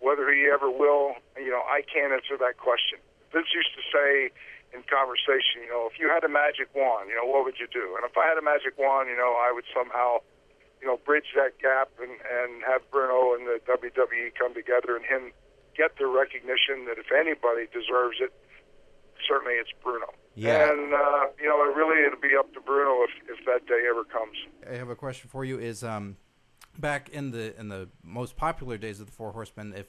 S6: whether he ever will, you know, I can't answer that question. Vince used to say in conversation, you know, if you had a magic wand, you know, what would you do? And if I had a magic wand, you know, I would somehow, you know, bridge that gap and, and have Bruno and the WWE come together and him get the recognition that if anybody deserves it, certainly it's Bruno.
S1: Yeah.
S6: And, uh, you know, it really, it'll be up to Bruno if, if that day ever comes.
S4: I have a question for you. Is um, back in the in the most popular days of the Four Horsemen, if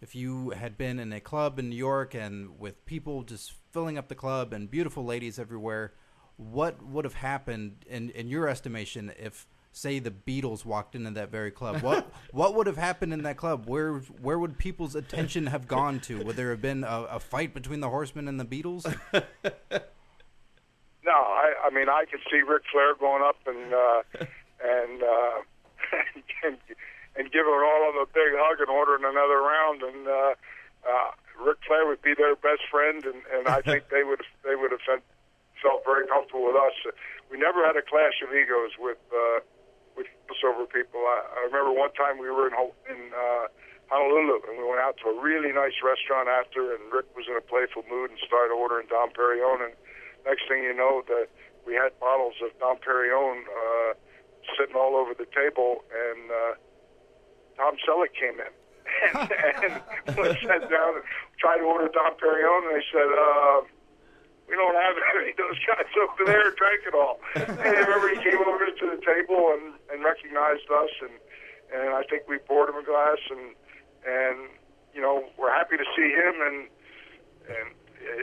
S4: if you had been in a club in New York and with people just filling up the club and beautiful ladies everywhere, what would have happened in in your estimation if say the Beatles walked into that very club? What what would have happened in that club? Where where would people's attention have gone to? Would there have been a, a fight between the Horsemen and the Beatles?
S6: No, I, I mean I could see Ric Flair going up and uh, and, uh, and and giving all of them a big hug and ordering another round, and uh, uh, Ric Flair would be their best friend, and, and I think they would they would have felt, felt very comfortable with us. We never had a clash of egos with uh, with crossover people. I, I remember one time we were in Ho- in uh, Honolulu, and we went out to a really nice restaurant after, and Rick was in a playful mood and started ordering Dom Perignon, and next thing you know, the, we had bottles of Dom Perignon uh, sitting all over the table, and uh, Tom Selleck came in. and we sat down and tried to order Dom Perignon, and they said, uh, we don't have any of those guys over there drank it all. And I remember he came over to the table and, and recognized us, and and I think we poured him a glass, and and you know we're happy to see him, and and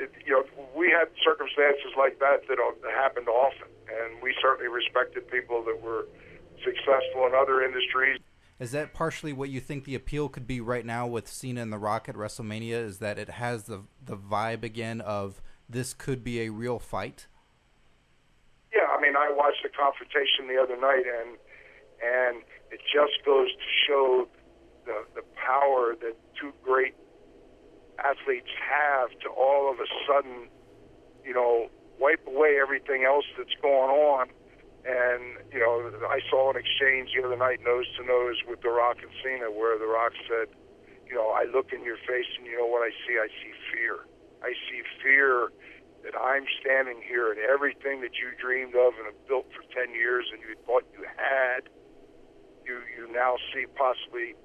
S6: it, you know we had circumstances like that that, o- that happened often, and we certainly respected people that were successful in other industries.
S4: Is that partially what you think the appeal could be right now with Cena and The Rock at WrestleMania? Is that it has the the vibe again of this could be a real fight?
S6: Yeah, I mean, I watched the confrontation the other night, and and it just goes to show the the power that two great athletes have to all of a sudden, you know, wipe away everything else that's going on. And you know, I saw an exchange the other night, nose to nose, with The Rock and Cena, where The Rock said, "You know, I look in your face, and you know what I see? I see fear. I see fear that I'm standing here, and everything that you dreamed of and have built for ten years, and you thought you had, you you now see possibly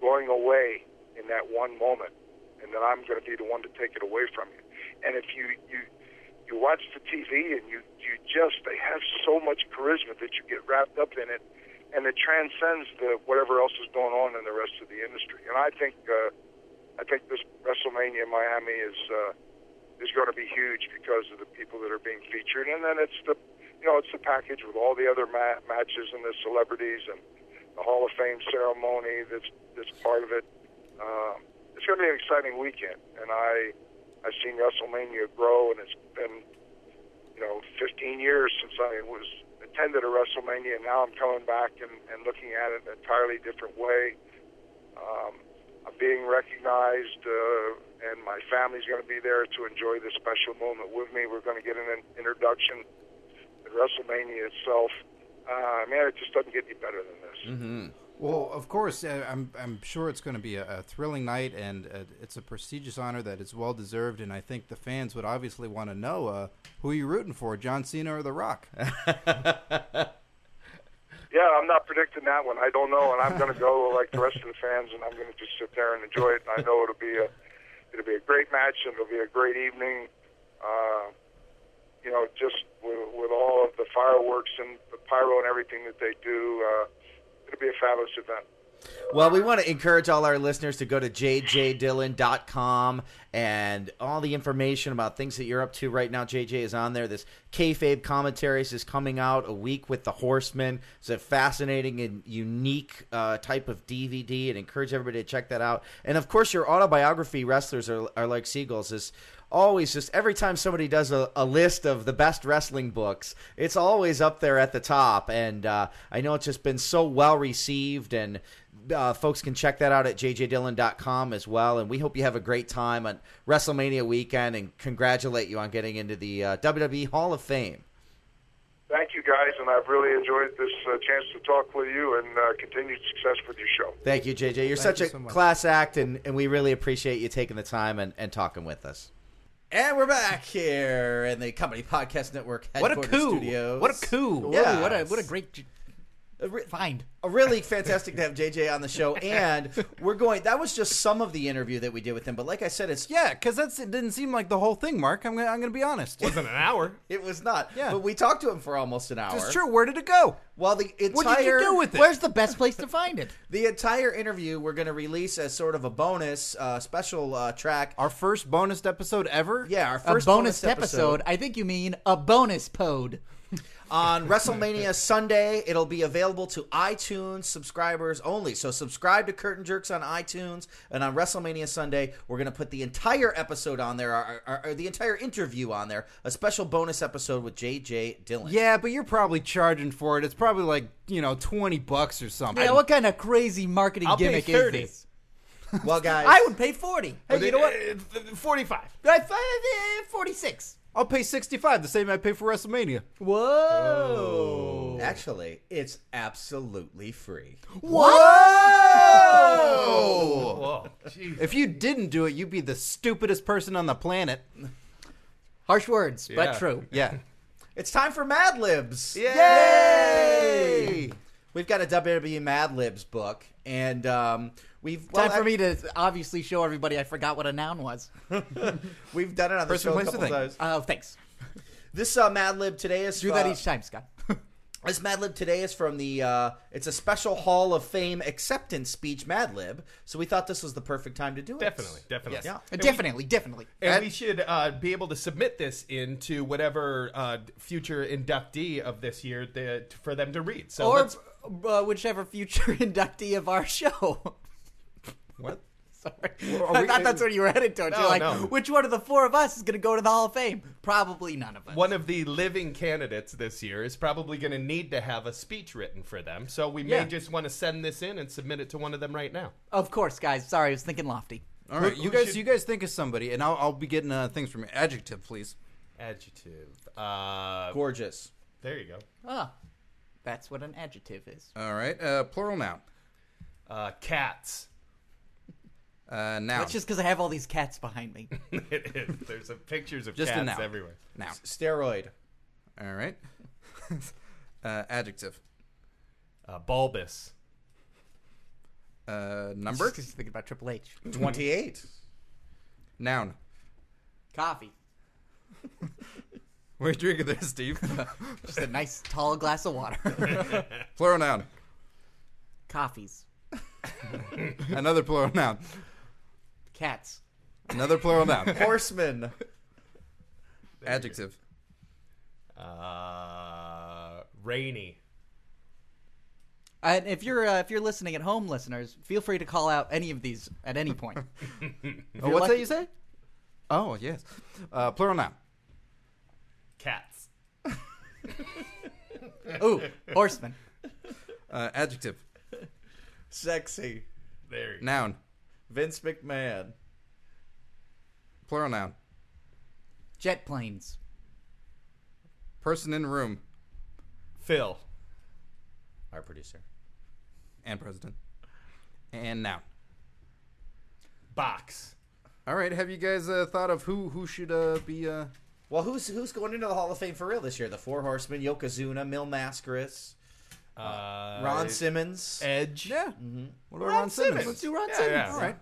S6: going away in that one moment, and that I'm going to be the one to take it away from you. And if you you you watch the TV and you you just they have so much charisma that you get wrapped up in it, and it transcends the whatever else is going on in the rest of the industry. And I think uh, I think this WrestleMania in Miami is. Uh, is going to be huge because of the people that are being featured, and then it's the, you know, it's the package with all the other ma- matches and the celebrities and the Hall of Fame ceremony that's that's part of it. Um, it's going to be an exciting weekend, and I I've seen WrestleMania grow, and it's been you know 15 years since I was attended a WrestleMania, and now I'm coming back and, and looking at it in an entirely different way. Um, I'm being recognized, uh, and my family's going to be there to enjoy this special moment with me. We're going to get an in- introduction at WrestleMania itself. Uh, man, it just doesn't get any better than this.
S1: Mm-hmm.
S4: Well, of course, uh, I'm I'm sure it's going to be a, a thrilling night, and uh, it's a prestigious honor that is well deserved. And I think the fans would obviously want to know uh, who are you rooting for, John Cena or The Rock?
S6: Yeah, I'm not predicting that one. I don't know, and I'm going to go like the rest of the fans, and I'm going to just sit there and enjoy it. And I know it'll be a it'll be a great match, and it'll be a great evening. Uh, you know, just with, with all of the fireworks and the pyro and everything that they do, uh, it'll be a fabulous event.
S1: Well, we want to encourage all our listeners to go to jjdillon.com and all the information about things that you're up to right now. JJ is on there. This kayfabe commentaries is coming out a week with the Horsemen. It's a fascinating and unique uh, type of DVD, and encourage everybody to check that out. And of course, your autobiography, Wrestlers Are, are Like Seagulls, is always just every time somebody does a, a list of the best wrestling books, it's always up there at the top. And uh, I know it's just been so well received, and uh, folks can check that out at jjdillon.com as well. And we hope you have a great time on WrestleMania weekend and congratulate you on getting into the uh, WWE Hall of Fame.
S6: Thank you guys, and I've really enjoyed this uh, chance to talk with you, and uh, continued success with your show.
S1: Thank you, JJ. You're such
S4: you
S1: a
S4: so much.
S1: class act, and, and we really appreciate you taking the time and, and talking with us. And we're back here in the Comedy Podcast Network
S4: What a
S1: headquarters
S4: coup!
S1: studios.
S4: What a coup!
S1: Yeah.
S2: Whoa, what a what a great j-
S1: re-
S2: find.
S1: Uh, really fantastic to have JJ on the show, and we're going. That was just some of the interview that we did with him, but like I said, it's
S4: Yeah, because that's it didn't seem like the whole thing, Mark. I'm gonna I'm gonna be honest.
S3: Wasn't an hour.
S1: it was not.
S4: Yeah.
S1: But we talked to him for almost an hour.
S4: It's true. Where did it go?
S1: While the entire
S4: What did you do with it?
S2: Where's the best place to find it?
S1: the entire interview, we're going to release as sort of a bonus uh, special uh, track.
S4: Our first bonus episode ever.
S1: yeah, our
S2: A
S1: first
S2: bonus, episode. I think you mean a bonus pod.
S1: on WrestleMania Sunday. It'll be available to iTunes subscribers only. So subscribe to Curtain Jerks on iTunes, and on WrestleMania Sunday, we're going to put the entire episode on there, or, or, or the entire interview on there, a special bonus episode with JJ Dillon.
S4: Yeah, but you're probably charging for it. It's probably like you know twenty bucks or something.
S2: Yeah, what kind of crazy marketing
S3: I'll pay
S2: gimmick is
S3: 30.
S2: this?
S1: Well, guys,
S2: I would pay forty.
S3: Hey, you know
S4: uh,
S3: what? Forty-five.
S2: I- I- I- eh, Forty-six.
S4: I'll pay sixty five, the same I pay for WrestleMania.
S2: Whoa.
S1: actually, it's absolutely free.
S4: Whoa!
S3: Whoa, jeez.
S4: If you didn't do it, you'd be the stupidest person on the planet.
S2: Harsh words,
S3: Yeah.
S2: but true.
S4: Yeah.
S1: It's time for Mad Libs.
S4: Yay!
S1: We've got a WWE Mad Libs book, and um, we've well,
S2: Time for me to obviously show everybody I forgot what a noun was.
S1: We've done it on the
S4: Person,
S1: show a
S4: place, or
S1: couple
S4: thing.
S1: times.
S2: Oh, thanks.
S1: This uh, Mad Lib today is
S2: Do that
S1: uh,
S2: each time, Scott.
S1: This Mad Lib today is from the. Uh, it's a special Hall of Fame acceptance speech Mad Lib, so we thought this was the perfect time to do it.
S3: Definitely, definitely.
S1: Yeah.
S3: And we-
S2: Uh, definitely, definitely.
S3: And we should uh, be able to submit this into whatever uh, future inductee of this year the, for them to read. So
S2: or
S3: let's-
S2: uh, whichever future inductee of our show.
S4: What?
S2: Sorry.
S4: are
S2: I
S4: we-
S2: thought that's where you were headed towards.
S3: No,
S2: You're like,
S3: no.
S2: which one of the four of us is going to go to the Hall of Fame? Probably none of us.
S3: one of the living candidates this year is probably going to need to have a speech written for them. So we
S2: Yeah.
S3: may just want to send this in and submit it to one of them right now.
S2: Of course, guys. Sorry, I was thinking lofty.
S4: All right, you
S3: who
S4: guys,
S3: should-
S4: you guys think of somebody, and I'll, I'll be getting uh, things from you. Adjective, please.
S3: Adjective. Uh,
S1: gorgeous.
S3: there you go.
S2: Ah, that's what an adjective is.
S4: All right, uh, plural noun,
S3: Uh, cats.
S4: uh, noun,
S2: That's just because I have all these cats behind me.
S3: It is. There's some pictures of
S4: Just a
S3: cats
S4: noun.
S3: everywhere.
S4: noun.
S1: Steroid.
S4: All right, uh, adjective,
S3: Uh, bulbous.
S4: uh, number,
S2: Just 'cause you're thinking about Triple H.
S1: Twenty-eight.
S4: noun.
S2: Coffee.
S4: What are you drinking there, Steve?
S2: Just a nice tall glass of water.
S4: plural noun,
S2: Coffees.
S4: another plural noun,
S2: Cats.
S4: another plural noun.
S1: Horseman.
S4: Adjective,
S3: Uh, rainy.
S2: And if you're uh, if you're listening at home, listeners, feel free to call out any of these at any point.
S4: oh, what's
S2: lucky-
S4: that you say? Oh, yes, uh, plural noun.
S3: Cats.
S2: Ooh, horseman.
S4: Uh, adjective,
S1: Sexy.
S3: There you go.
S4: noun,
S1: Vince McMahon.
S4: plural noun.
S2: Jet planes.
S4: Person in room,
S3: Phil.
S1: Our producer.
S4: and president. And now,
S3: Box.
S4: all right, have you guys uh, thought of who who should uh, be? Uh,
S1: Well, who's who's going into the Hall of Fame for real this year? The Four Horsemen, Yokozuna, Mil Mascaris,
S3: Uh,
S1: Ron Simmons. Mm-hmm.
S3: Edge.
S4: yeah, what about Ron, Simmons?
S2: Let's do Ron
S3: Yeah,
S2: Simmons.
S3: yeah.
S4: All right,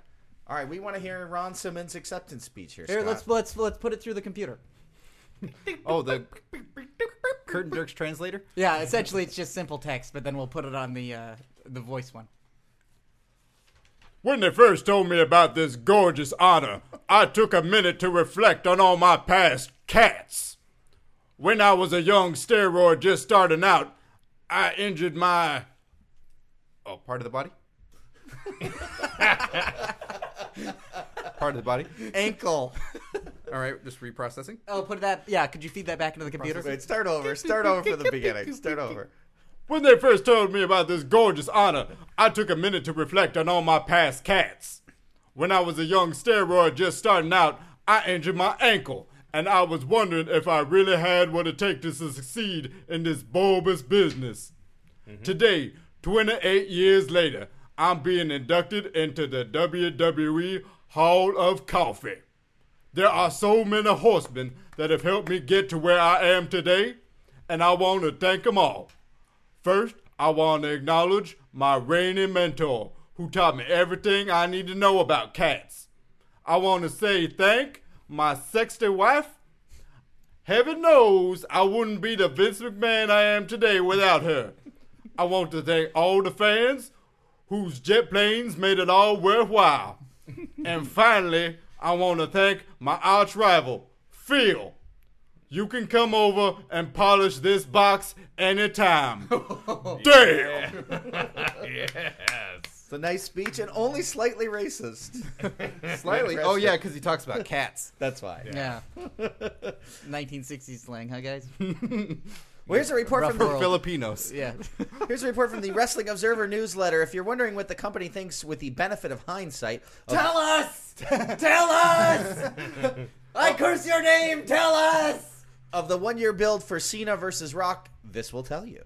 S1: All right, we want to hear Ron Simmons' acceptance speech here.
S2: Here,
S1: Scott.
S2: let's let's let's put it through the computer.
S4: Oh, the Curtin Dirk's translator.
S2: Yeah, essentially it's just simple text, but then we'll put it on the uh, the voice one.
S7: When they first told me about this gorgeous honor, I took a minute to reflect on all my past cats. When I was a young steroid just starting out, I injured my.
S4: Oh, part of the body. part of the body.
S2: Ankle.
S4: All right, just reprocessing.
S2: Oh, put that. Yeah, could you feed that back into the computer?
S1: Wait, start over. Start over from the beginning. Start over.
S7: When they first told me about this gorgeous honor, I took a minute to reflect on all my past cats. When I was a young steroid just starting out, I injured my ankle, and I was wondering if I really had what it takes to succeed in this bulbous business. Today, 28 years later, I'm being inducted into the WWE Hall of Coffee. There are so many horsemen that have helped me get to where I am today, and I want to thank them all. First, I want to acknowledge my reigning mentor, who taught me everything I need to know about cats. I want to say thank my sexy wife. Heaven knows I wouldn't be the Vince McMahon I am today without her. I want to thank all the fans whose jet planes made it all worthwhile. and finally, I want to thank my arch rival, Phil. You can come over and polish this box anytime. Damn!
S1: It's a nice speech and only slightly racist.
S4: Slightly. Oh yeah, because he talks about cats.
S1: That's why.
S2: Yeah. 1960s slang, huh, guys?
S1: Well, here's a report
S4: Rough
S1: from the
S4: for Filipinos.
S2: Yeah.
S1: Here's a report from the Wrestling Observer newsletter. If you're wondering what the company thinks with the benefit of hindsight, tell us! tell us! I curse your name! Tell us! Of the one year build for Cena versus Rock, this will tell you.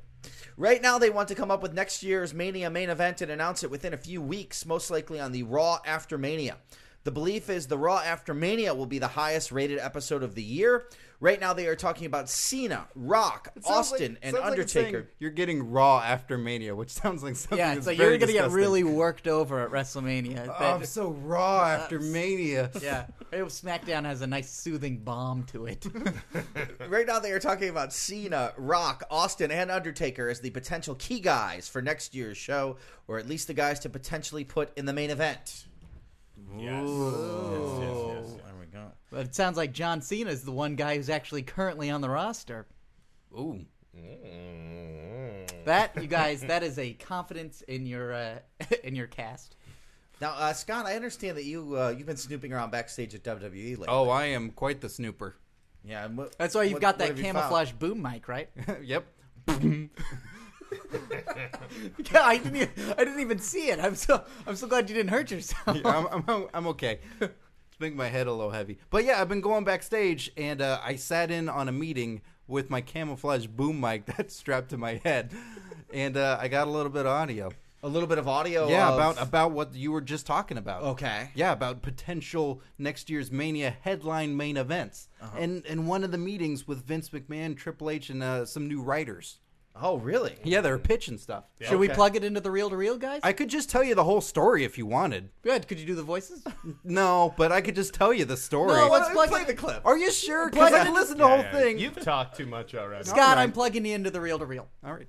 S1: Right now, they want to come up with next year's Mania main event and announce it within a few weeks, most likely on the Raw after Mania. The belief is the Raw after Mania will be the highest rated episode of the year. Right now, they are talking about Cena, Rock, Austin, and Undertaker.
S4: you're getting raw after Mania, which sounds like something.
S2: Yeah,
S4: that's
S2: so you're
S4: very
S2: going to get
S4: disgusting.
S2: really worked over at WrestleMania.
S4: Oh,
S2: That-
S4: I'm so raw after Mania.
S2: yeah. It was- SmackDown has a nice soothing bomb to it.
S1: Right now, they are talking about Cena, Rock, Austin, and Undertaker as the potential key guys for next year's show, or at least the guys to potentially put in the main event.
S3: Yes. Yes, yes, yes, yes.
S1: There we go.
S2: But it sounds like John Cena is the one guy who's actually currently on the roster.
S4: Ooh,
S2: That you guys, that is a confidence in your uh, in your cast.
S1: Now, uh, Scott, I understand that you uh, you've been snooping around backstage at WWE lately.
S4: oh, I am quite the snooper.
S1: yeah. and what-
S2: That's why you've
S1: what-
S2: got
S1: what
S2: that
S1: have you found?
S2: camouflage boom mic, right?
S4: yep.
S2: yeah, I
S4: e,
S2: didn't. Even, I didn't even see it. I'm so I'm so glad you didn't hurt yourself.
S4: Yeah, I'm, I'm, I'm okay. It's making my head a little heavy. But yeah, I've been going backstage, and uh, I sat in on a meeting with my camouflage boom mic that's strapped to my head, and uh, I got a little bit of audio.
S1: A little bit of audio.
S4: yeah,
S1: of-
S4: about about what you were just talking about.
S1: Okay.
S4: Yeah, about potential next year's Mania headline main events,
S3: Uh-huh.
S4: and and one of the meetings with Vince McMahon, Triple H, and uh, some new writers.
S1: Oh, really?
S4: Yeah, they were pitching stuff.
S2: Should we plug it into the reel to reel, guys?
S4: I could just tell you the whole story if you wanted.
S2: Good. Could you do the voices?
S4: No, but I could just tell you the story.
S2: No, let's plug
S1: Play
S2: it.
S1: the clip.
S4: Are you sure? Because I listened to the whole
S3: Yeah, yeah.
S4: thing.
S3: You've talked too much already.
S2: Scott, I'm plugging you into the reel to reel.
S4: All right.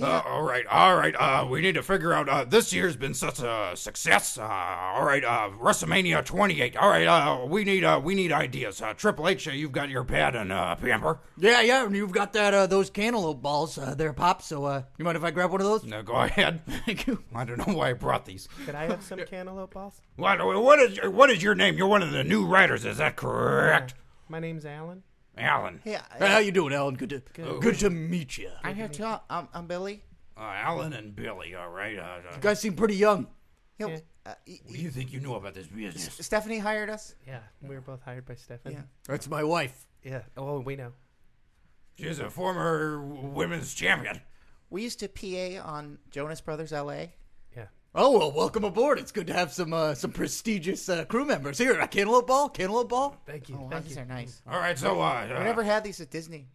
S7: Uh, all right, all right. Uh, we need to figure out. Uh, this year's been such a success. Uh, all right, uh, WrestleMania 28. All right, uh, we need uh, we need ideas. Uh, Triple H, uh, you've got your pad and uh, paper.
S2: Yeah, yeah. And you've got that uh, those cantaloupe balls. Uh, they're pop. So uh, you mind if I grab one of those?
S7: Now go ahead.
S2: Thank you.
S7: I don't know why I brought these.
S3: Can I have some cantaloupe balls?
S7: What, what is your, what is your name? You're one of the new writers. Is that correct, Uh,
S3: My name's Alan.
S7: Alan?
S1: Yeah.
S2: Hey, how you doing, Alan? Good to good, to meet you.
S1: I'm here too. I'm, I'm Billy.
S7: Uh, Alan and Billy. All right. Uh, uh,
S2: You guys seem pretty young.
S1: You know,
S8: Yeah.
S1: uh, y-
S7: what do you think you know about this business?
S1: Stephanie hired us.
S8: Yeah, we were both hired by Stefan.
S1: Yeah.
S2: That's my wife.
S8: Yeah. Oh, we know.
S7: She's a former women's champion.
S1: we used to PA on Jonas Brothers LA.
S8: Yeah.
S2: Oh well, welcome aboard. It's good to have some uh, some prestigious uh, crew members here. at Cantaloupe Ball, Cantaloupe Ball.
S8: Thank you.
S1: Oh, wow,
S8: Thank
S1: these
S8: you.
S1: are nice.
S9: All right, so uh,
S1: We never had these at Disney.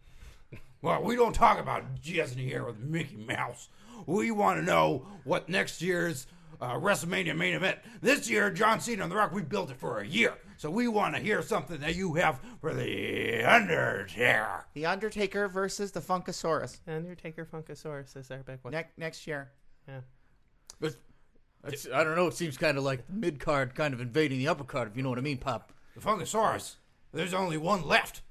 S9: well, we don't talk about Disney here with Mickey Mouse. We want to know what next year's uh, WrestleMania main event. This year, John Cena and The Rock, we built it for a year, so we want to hear something that you have for the Undertaker.
S1: The Undertaker versus the Funkasaurus
S8: Undertaker Funkasaurus is our big one.
S1: next next year.
S8: Yeah.
S2: It's, it's, I don't know. It seems kind of like mid card, kind of invading the upper card, if you know what I mean, Pop.
S9: The Funkasaurus. There's only one left.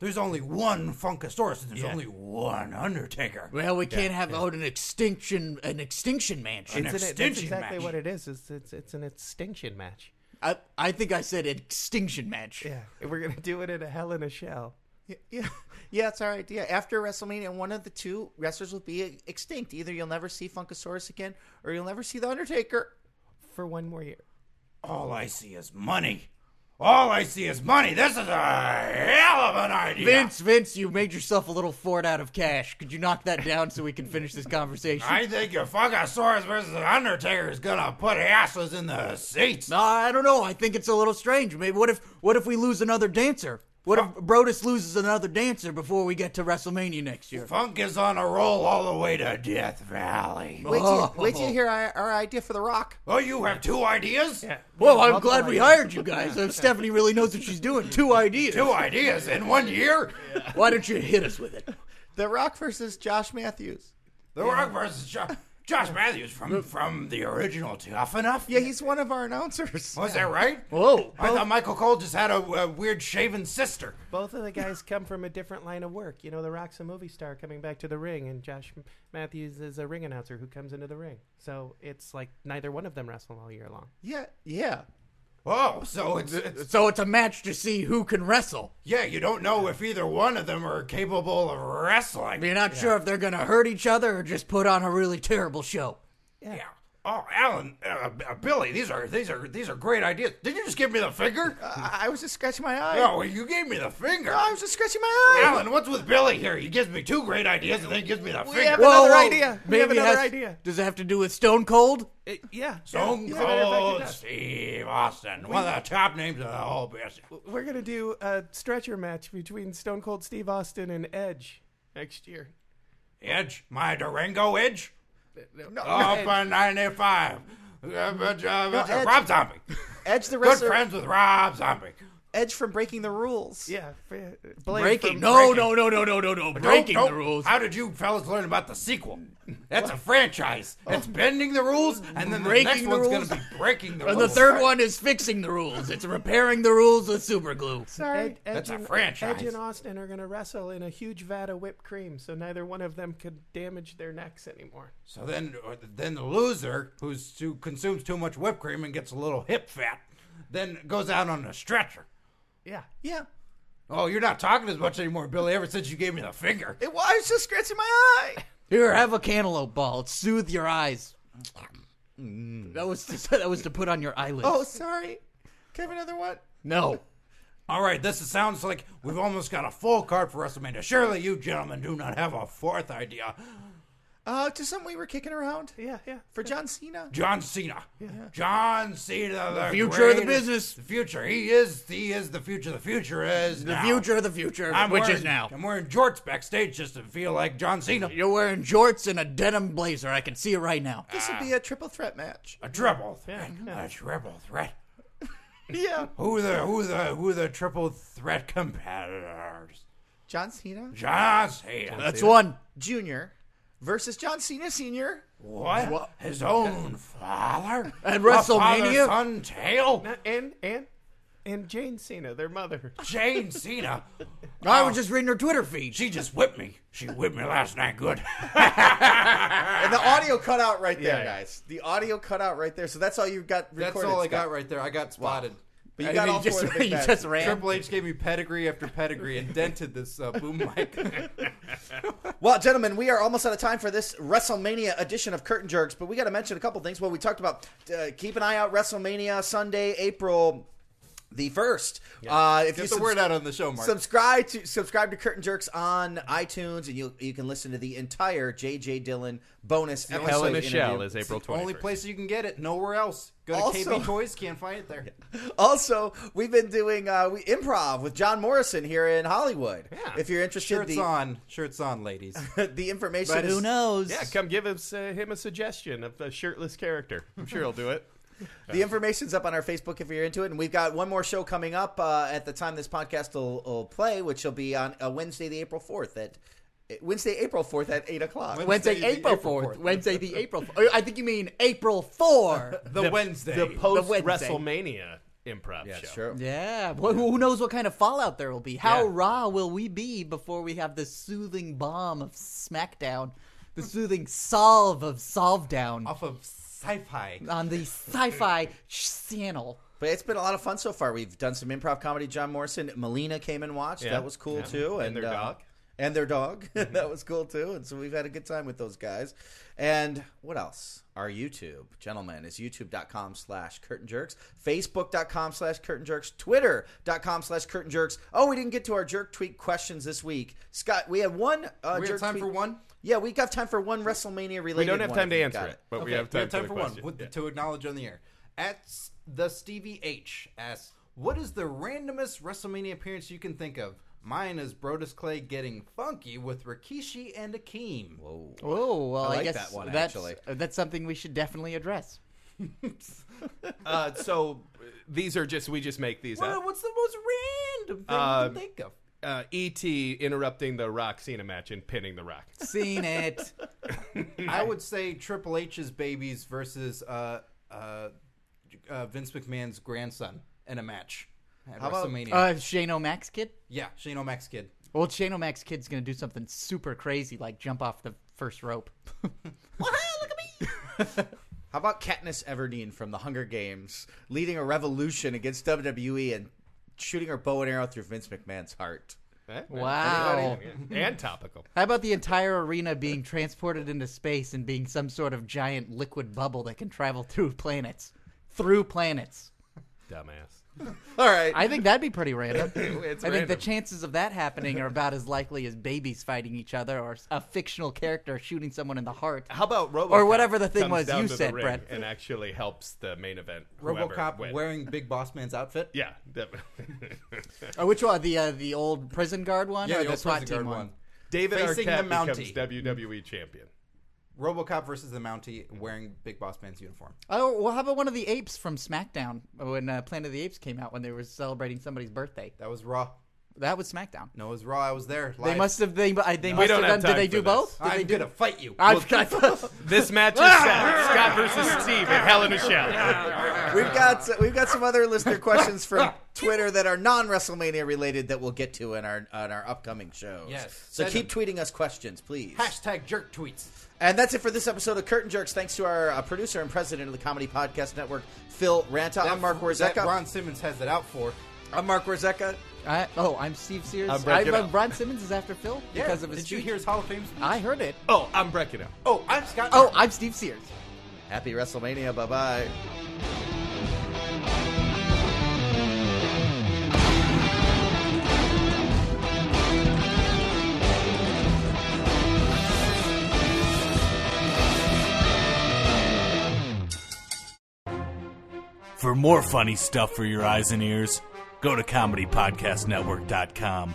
S9: There's only one Funkasaurus, and there's only one Undertaker.
S2: Well, we can't have out an extinction, an extinction match.
S9: An
S8: Isn't it- that's
S9: extension
S8: exactly
S9: match.
S8: what it is. It's, it's it's an extinction match.
S2: I, I think I said extinction match.
S8: Yeah, and we're gonna do it in a Hell in a Shell.
S1: Yeah, yeah, yeah, it's our idea. After WrestleMania, one of the two wrestlers will be extinct. Either you'll never see Funkasaurus again, or you'll never see the Undertaker.
S8: for one more year.
S9: All Oh, I see is money. All I see is money. This is a hell of an idea.
S2: Vince, Vince, you made yourself a little fort out of cash. Could you knock that down so we can finish this conversation?
S9: I think your Funkasaurus versus the Undertaker is gonna put asses in the seats.
S2: Uh, I don't know. I think it's a little strange. Maybe what if what if we lose another dancer? What if Brodus loses another dancer before we get to WrestleMania next year?
S9: Funk is on a roll all the way to Death Valley.
S1: Wait till, you, wait till you hear our, our idea for the Rock.
S9: Oh, you have two ideas? Yeah.
S2: Well, I'm glad we hired you guys. Uh, Stephanie really knows what she's doing. Two ideas.
S9: Two ideas in one year?
S2: Why don't you hit us with it?
S1: The Rock versus Josh Matthews.
S9: The Rock versus jo- Josh Matthews from from the original Tough Enough.
S1: Yeah, he's one of our announcers.
S9: was that right?
S2: Whoa.
S9: I thought Michael Cole just had a, a weird shaven sister.
S8: Both of the guys come from a different line of work. You know, The Rock's a movie star coming back to the ring, and Josh M- Matthews is a ring announcer who comes into the ring. So it's like neither one of them wrestle all year long.
S1: Yeah, yeah.
S9: Oh, so it's, it's
S2: So it's a match to see who can wrestle.
S9: yeah. You don't know if either one of them are capable of wrestling.
S2: You're not sure if they're going to hurt each other or just put on a really terrible show.
S9: Yeah. Oh, Alan, uh, uh, Billy, these are these are these are great ideas. Did you just give me the finger?
S1: I, I was just scratching my eye.
S9: No, you gave me the finger.
S1: I was just scratching my eye.
S9: Alan, what's with Billy here? He gives me two great ideas and then he gives me the finger.
S1: have another idea. We have
S2: Maybe it
S1: another
S2: has-
S1: idea.
S2: Does it have to do with Stone Cold?
S8: yeah.
S9: Stone Cold Steve Austin, one of the top names of the whole business.
S8: We're going to do a stretcher match between Stone Cold Steve Austin and Edge next year.
S9: Edge, my Durango Edge. Up on 95. Uh, but, uh, but, uh,
S1: Edge.
S9: Rob Zombie.
S1: Edge the
S9: Good
S1: wrestler.
S9: friends with Rob Zombie.
S1: Edge from Breaking the Rules.
S8: Yeah. f- Blade
S2: Breaking.
S8: from-
S2: No, no, no, no, no, no, no. Breaking
S9: Don't-
S2: the
S9: don't-
S2: rules.
S9: How did you fellas learn about the sequel? That's a franchise.
S1: Oh.
S9: It's bending the rules, and then the
S2: Breaking
S9: next
S2: the
S9: one's going
S2: rules.
S9: to be breaking the
S2: And the
S9: rules.
S2: third one is fixing the rules. It's repairing the rules with super glue.
S8: Ed, Edge
S9: That's a
S8: and,
S9: franchise.
S8: Edge and Austin are going to wrestle in a huge vat of whipped cream, so neither one of them could damage their necks anymore.
S9: So then, uh, then the loser who's who consumes too much whipped cream and gets a little hip fat, then goes out on a stretcher.
S8: Yeah.
S1: Yeah.
S9: Oh, you're not talking as much anymore, Billy. Ever since you gave me the finger.
S1: It, well, I was just scratching my eye.
S2: Here, have a cantaloupe ball. It soothe your eyes. Mm. That was to, that was to put on your eyelids.
S1: Oh, sorry. Can I have another one?
S2: no.
S9: All right, this is- sounds like we've almost got a full card for WrestleMania. Surely you gentlemen do not have a fourth idea.
S1: Uh, to something we were kicking around
S8: Yeah, yeah.
S1: for John Cena.
S9: John Cena. John Cena, the,
S2: future of the
S9: greatest-
S2: business.
S9: The future. He is. He is the future. The future is
S2: The
S9: now.
S2: future of the future,
S9: I'm
S2: which
S9: wearing,
S2: is now.
S9: I'm wearing jorts backstage just to feel like John Cena.
S2: You're wearing jorts and a denim blazer. I can see it right now. Ah,
S1: This would be a triple threat match.
S9: A triple threat. A triple threat.
S1: Yeah.
S9: Who the who the who the triple threat competitors?
S1: John Cena
S9: John Cena.
S2: That's one.
S1: Jr. versus John Cena Sr.
S9: What? His own father?
S2: At
S9: A
S2: WrestleMania?
S9: father-son tale?
S8: No, and and and Jane Cena, their mother.
S9: Jane Cena.
S2: I was just reading her Twitter feed.
S9: Oh. She just whipped me. She whipped me last night good.
S1: And the audio cut out right there,
S7: Yeah.
S1: guys. The audio cut out right there. So that's all you got recorded.
S4: That's all I got
S1: Scott.
S4: right there. I got spotted.
S1: But
S4: I
S1: you got
S4: mean,
S1: all
S2: just,
S1: four of the big
S2: you
S1: matches.
S2: just ran.
S4: Triple H gave me pedigree after pedigree and dented this uh, boom mic.
S1: Well, gentlemen, we are almost out of time for this WrestleMania edition of Curtain Jerks, but we got to mention a couple things. Well, we talked about uh, keep an eye out WrestleMania Sunday, April The first, uh, if
S4: Get
S1: you
S4: the
S1: subs-
S4: word out on the show, Mark.
S1: subscribe to subscribe to Curtain Jerks on iTunes, and you you can listen to the entire J.J. Dillon bonus episode.
S3: Helen
S1: interview.
S3: Michelle is April 21st.
S4: Only place you can get it. Nowhere else. Go to
S1: Also-
S4: KB Toys. Can't find it there.
S1: Also, we've been doing uh, we improv with John Morrison here in Hollywood. If you're interested,
S4: Shirts
S1: the,
S4: on. Shirts on, ladies.
S1: the information
S2: But
S1: is
S2: who knows?
S3: Yeah, come give us, uh, him a suggestion of a shirtless character. I'm sure he'll do it.
S1: the information's up on our Facebook if you're into it. And we've got one more show coming up uh, at the time this podcast will, will play, which will be on uh, Wednesday, the April fourth at eh, Wednesday, April fourth at eight o'clock.
S2: Wednesday,
S4: Wednesday, the
S2: April
S4: April
S2: 4th.
S4: fourth.
S2: Wednesday, the April 4th. I think you mean April 4.
S4: The, Wednesday.
S3: The post
S2: Wednesday.
S3: WrestleMania improv show.
S1: Sure.
S2: Yeah. Well, who knows what kind of fallout there will be? How
S3: Yeah.
S2: raw will we be before we have the soothing bomb of SmackDown, the soothing solve of Solvedown
S4: off of sci-fi.
S2: on the Sci-Fi channel?
S1: But it's been a lot of fun so far. We've done some improv comedy. John Morrison, Melina came and watched.
S3: Yeah.
S1: That was cool
S3: Yeah.
S1: too.
S3: And their
S1: uh,
S3: dog. Mm-hmm.
S1: and their dog. that was cool too. And so we've had a good time with those guys. And what else? Our YouTube, gentlemen, is youtube.com slash curtain jerks, facebook.com slash curtain jerks, twitter.com slash curtain jerks. Oh, we didn't get to our jerk tweet questions this week. Scott, we had one. Uh,
S4: We have
S1: jerk
S4: time
S1: tweet-
S4: for one.
S1: Yeah, we got time for one WrestleMania related
S3: We don't have time to answer it, but we
S4: Okay,
S3: have time,
S4: for,
S3: the
S4: one
S3: question.
S4: with-
S3: Yeah.
S4: to acknowledge on the air. At s- the Stevie H asks, "What is the randomest WrestleMania appearance you can think of?" Mine is Brodus Clay getting funky with Rikishi and Akeem.
S2: Oh, well, I,
S1: like
S2: guess
S1: that one,
S2: that's,
S1: actually.
S2: uh, that's something we should definitely address.
S3: Uh, so uh, these are just we just make these
S4: What-
S3: up.
S4: what's the most random thing you
S3: Um,
S4: can think of?
S3: Uh, E.T. interrupting the Rock Cena match and pinning the Rock.
S2: Seen it.
S4: I would say Triple H's babies versus uh, uh, uh, Vince McMahon's grandson in a match at
S1: about-
S4: WrestleMania.
S2: Uh, Shane O'Max kid?
S4: yeah, Shane O'Max kid.
S2: Well, Shane O'Max kid's going to do something super crazy like jump off the first rope.
S1: How about Katniss Everdeen from The Hunger Games leading a revolution against WWE and shooting her bow and arrow through Vince McMahon's heart?
S2: Wow.
S3: and topical.
S2: How about the entire arena being transported into space and being some sort of giant liquid bubble that can travel through planets? Through planets.
S3: Dumbass.
S1: All right.
S2: I think that'd be pretty random.
S3: It's
S2: I think the
S3: random.
S2: chances of that happening are about as likely as babies fighting each other or a fictional character shooting someone in the heart.
S3: How about Robocop?
S2: Or whatever the thing
S3: comes
S2: was
S3: down
S2: you
S3: to the
S2: said,
S3: ring
S2: Brett.
S3: And actually helps the main event. whoever
S4: RoboCop
S3: wins.
S4: wearing Big Boss Man's outfit.
S3: Yeah. that-
S2: Or which one? The uh, the old prison guard one or
S4: Yeah,
S2: the,
S4: the
S2: SWAT
S4: prison
S2: team
S4: guard
S2: one?
S4: one.
S3: David
S4: Facing
S3: Arquette
S4: the Mountie.
S3: becomes WWE champion.
S4: RoboCop versus the Mountie wearing Big Boss Man's uniform.
S2: Oh, well, how about one of the apes from SmackDown when uh, Planet of the Apes came out when they were celebrating somebody's birthday?
S4: That was Raw.
S2: That was SmackDown.
S4: No, it was Raw. I was there.
S2: They
S4: live.
S2: must have. They, I- they must
S3: don't
S2: have done.
S3: have
S2: Did
S3: time
S2: they
S3: for
S2: do
S3: this.
S2: both? Did
S4: I'm
S2: they do?
S4: gonna fight you.
S2: I've got.
S3: This match is set. Scott versus Steve at Hell in a Shell.
S1: Ah! We've got we've got some other listener questions from Twitter that are non WrestleMania related that we'll get to in our on our upcoming shows.
S4: Yes.
S1: So
S4: Send
S1: keep tweeting us questions, please.
S4: Hashtag jerk tweets.
S1: And that's it for this episode of Curtain Jerks. Thanks to our uh, producer and president of the Comedy Podcast Network, Phil Ranta. I'm Mark
S4: that
S1: Warzeka.
S4: Ron Simmons has it out for.
S1: I'm Mark Warzeka.
S2: I, oh, I'm Steve Sears.
S3: I'm Brett
S2: I love
S3: Goodell.
S2: Brian Simmons is after Phil because of his.
S4: Did you
S2: speech.
S4: hear his Hall of Fame? speech?
S2: I heard it.
S3: Oh, I'm breaking out.
S4: Oh, I'm Scott.
S2: Oh, I'm Steve Sears.
S1: Happy WrestleMania. Bye bye.
S10: For more funny stuff for your eyes and ears, go to ComedyPodcastNetwork.com.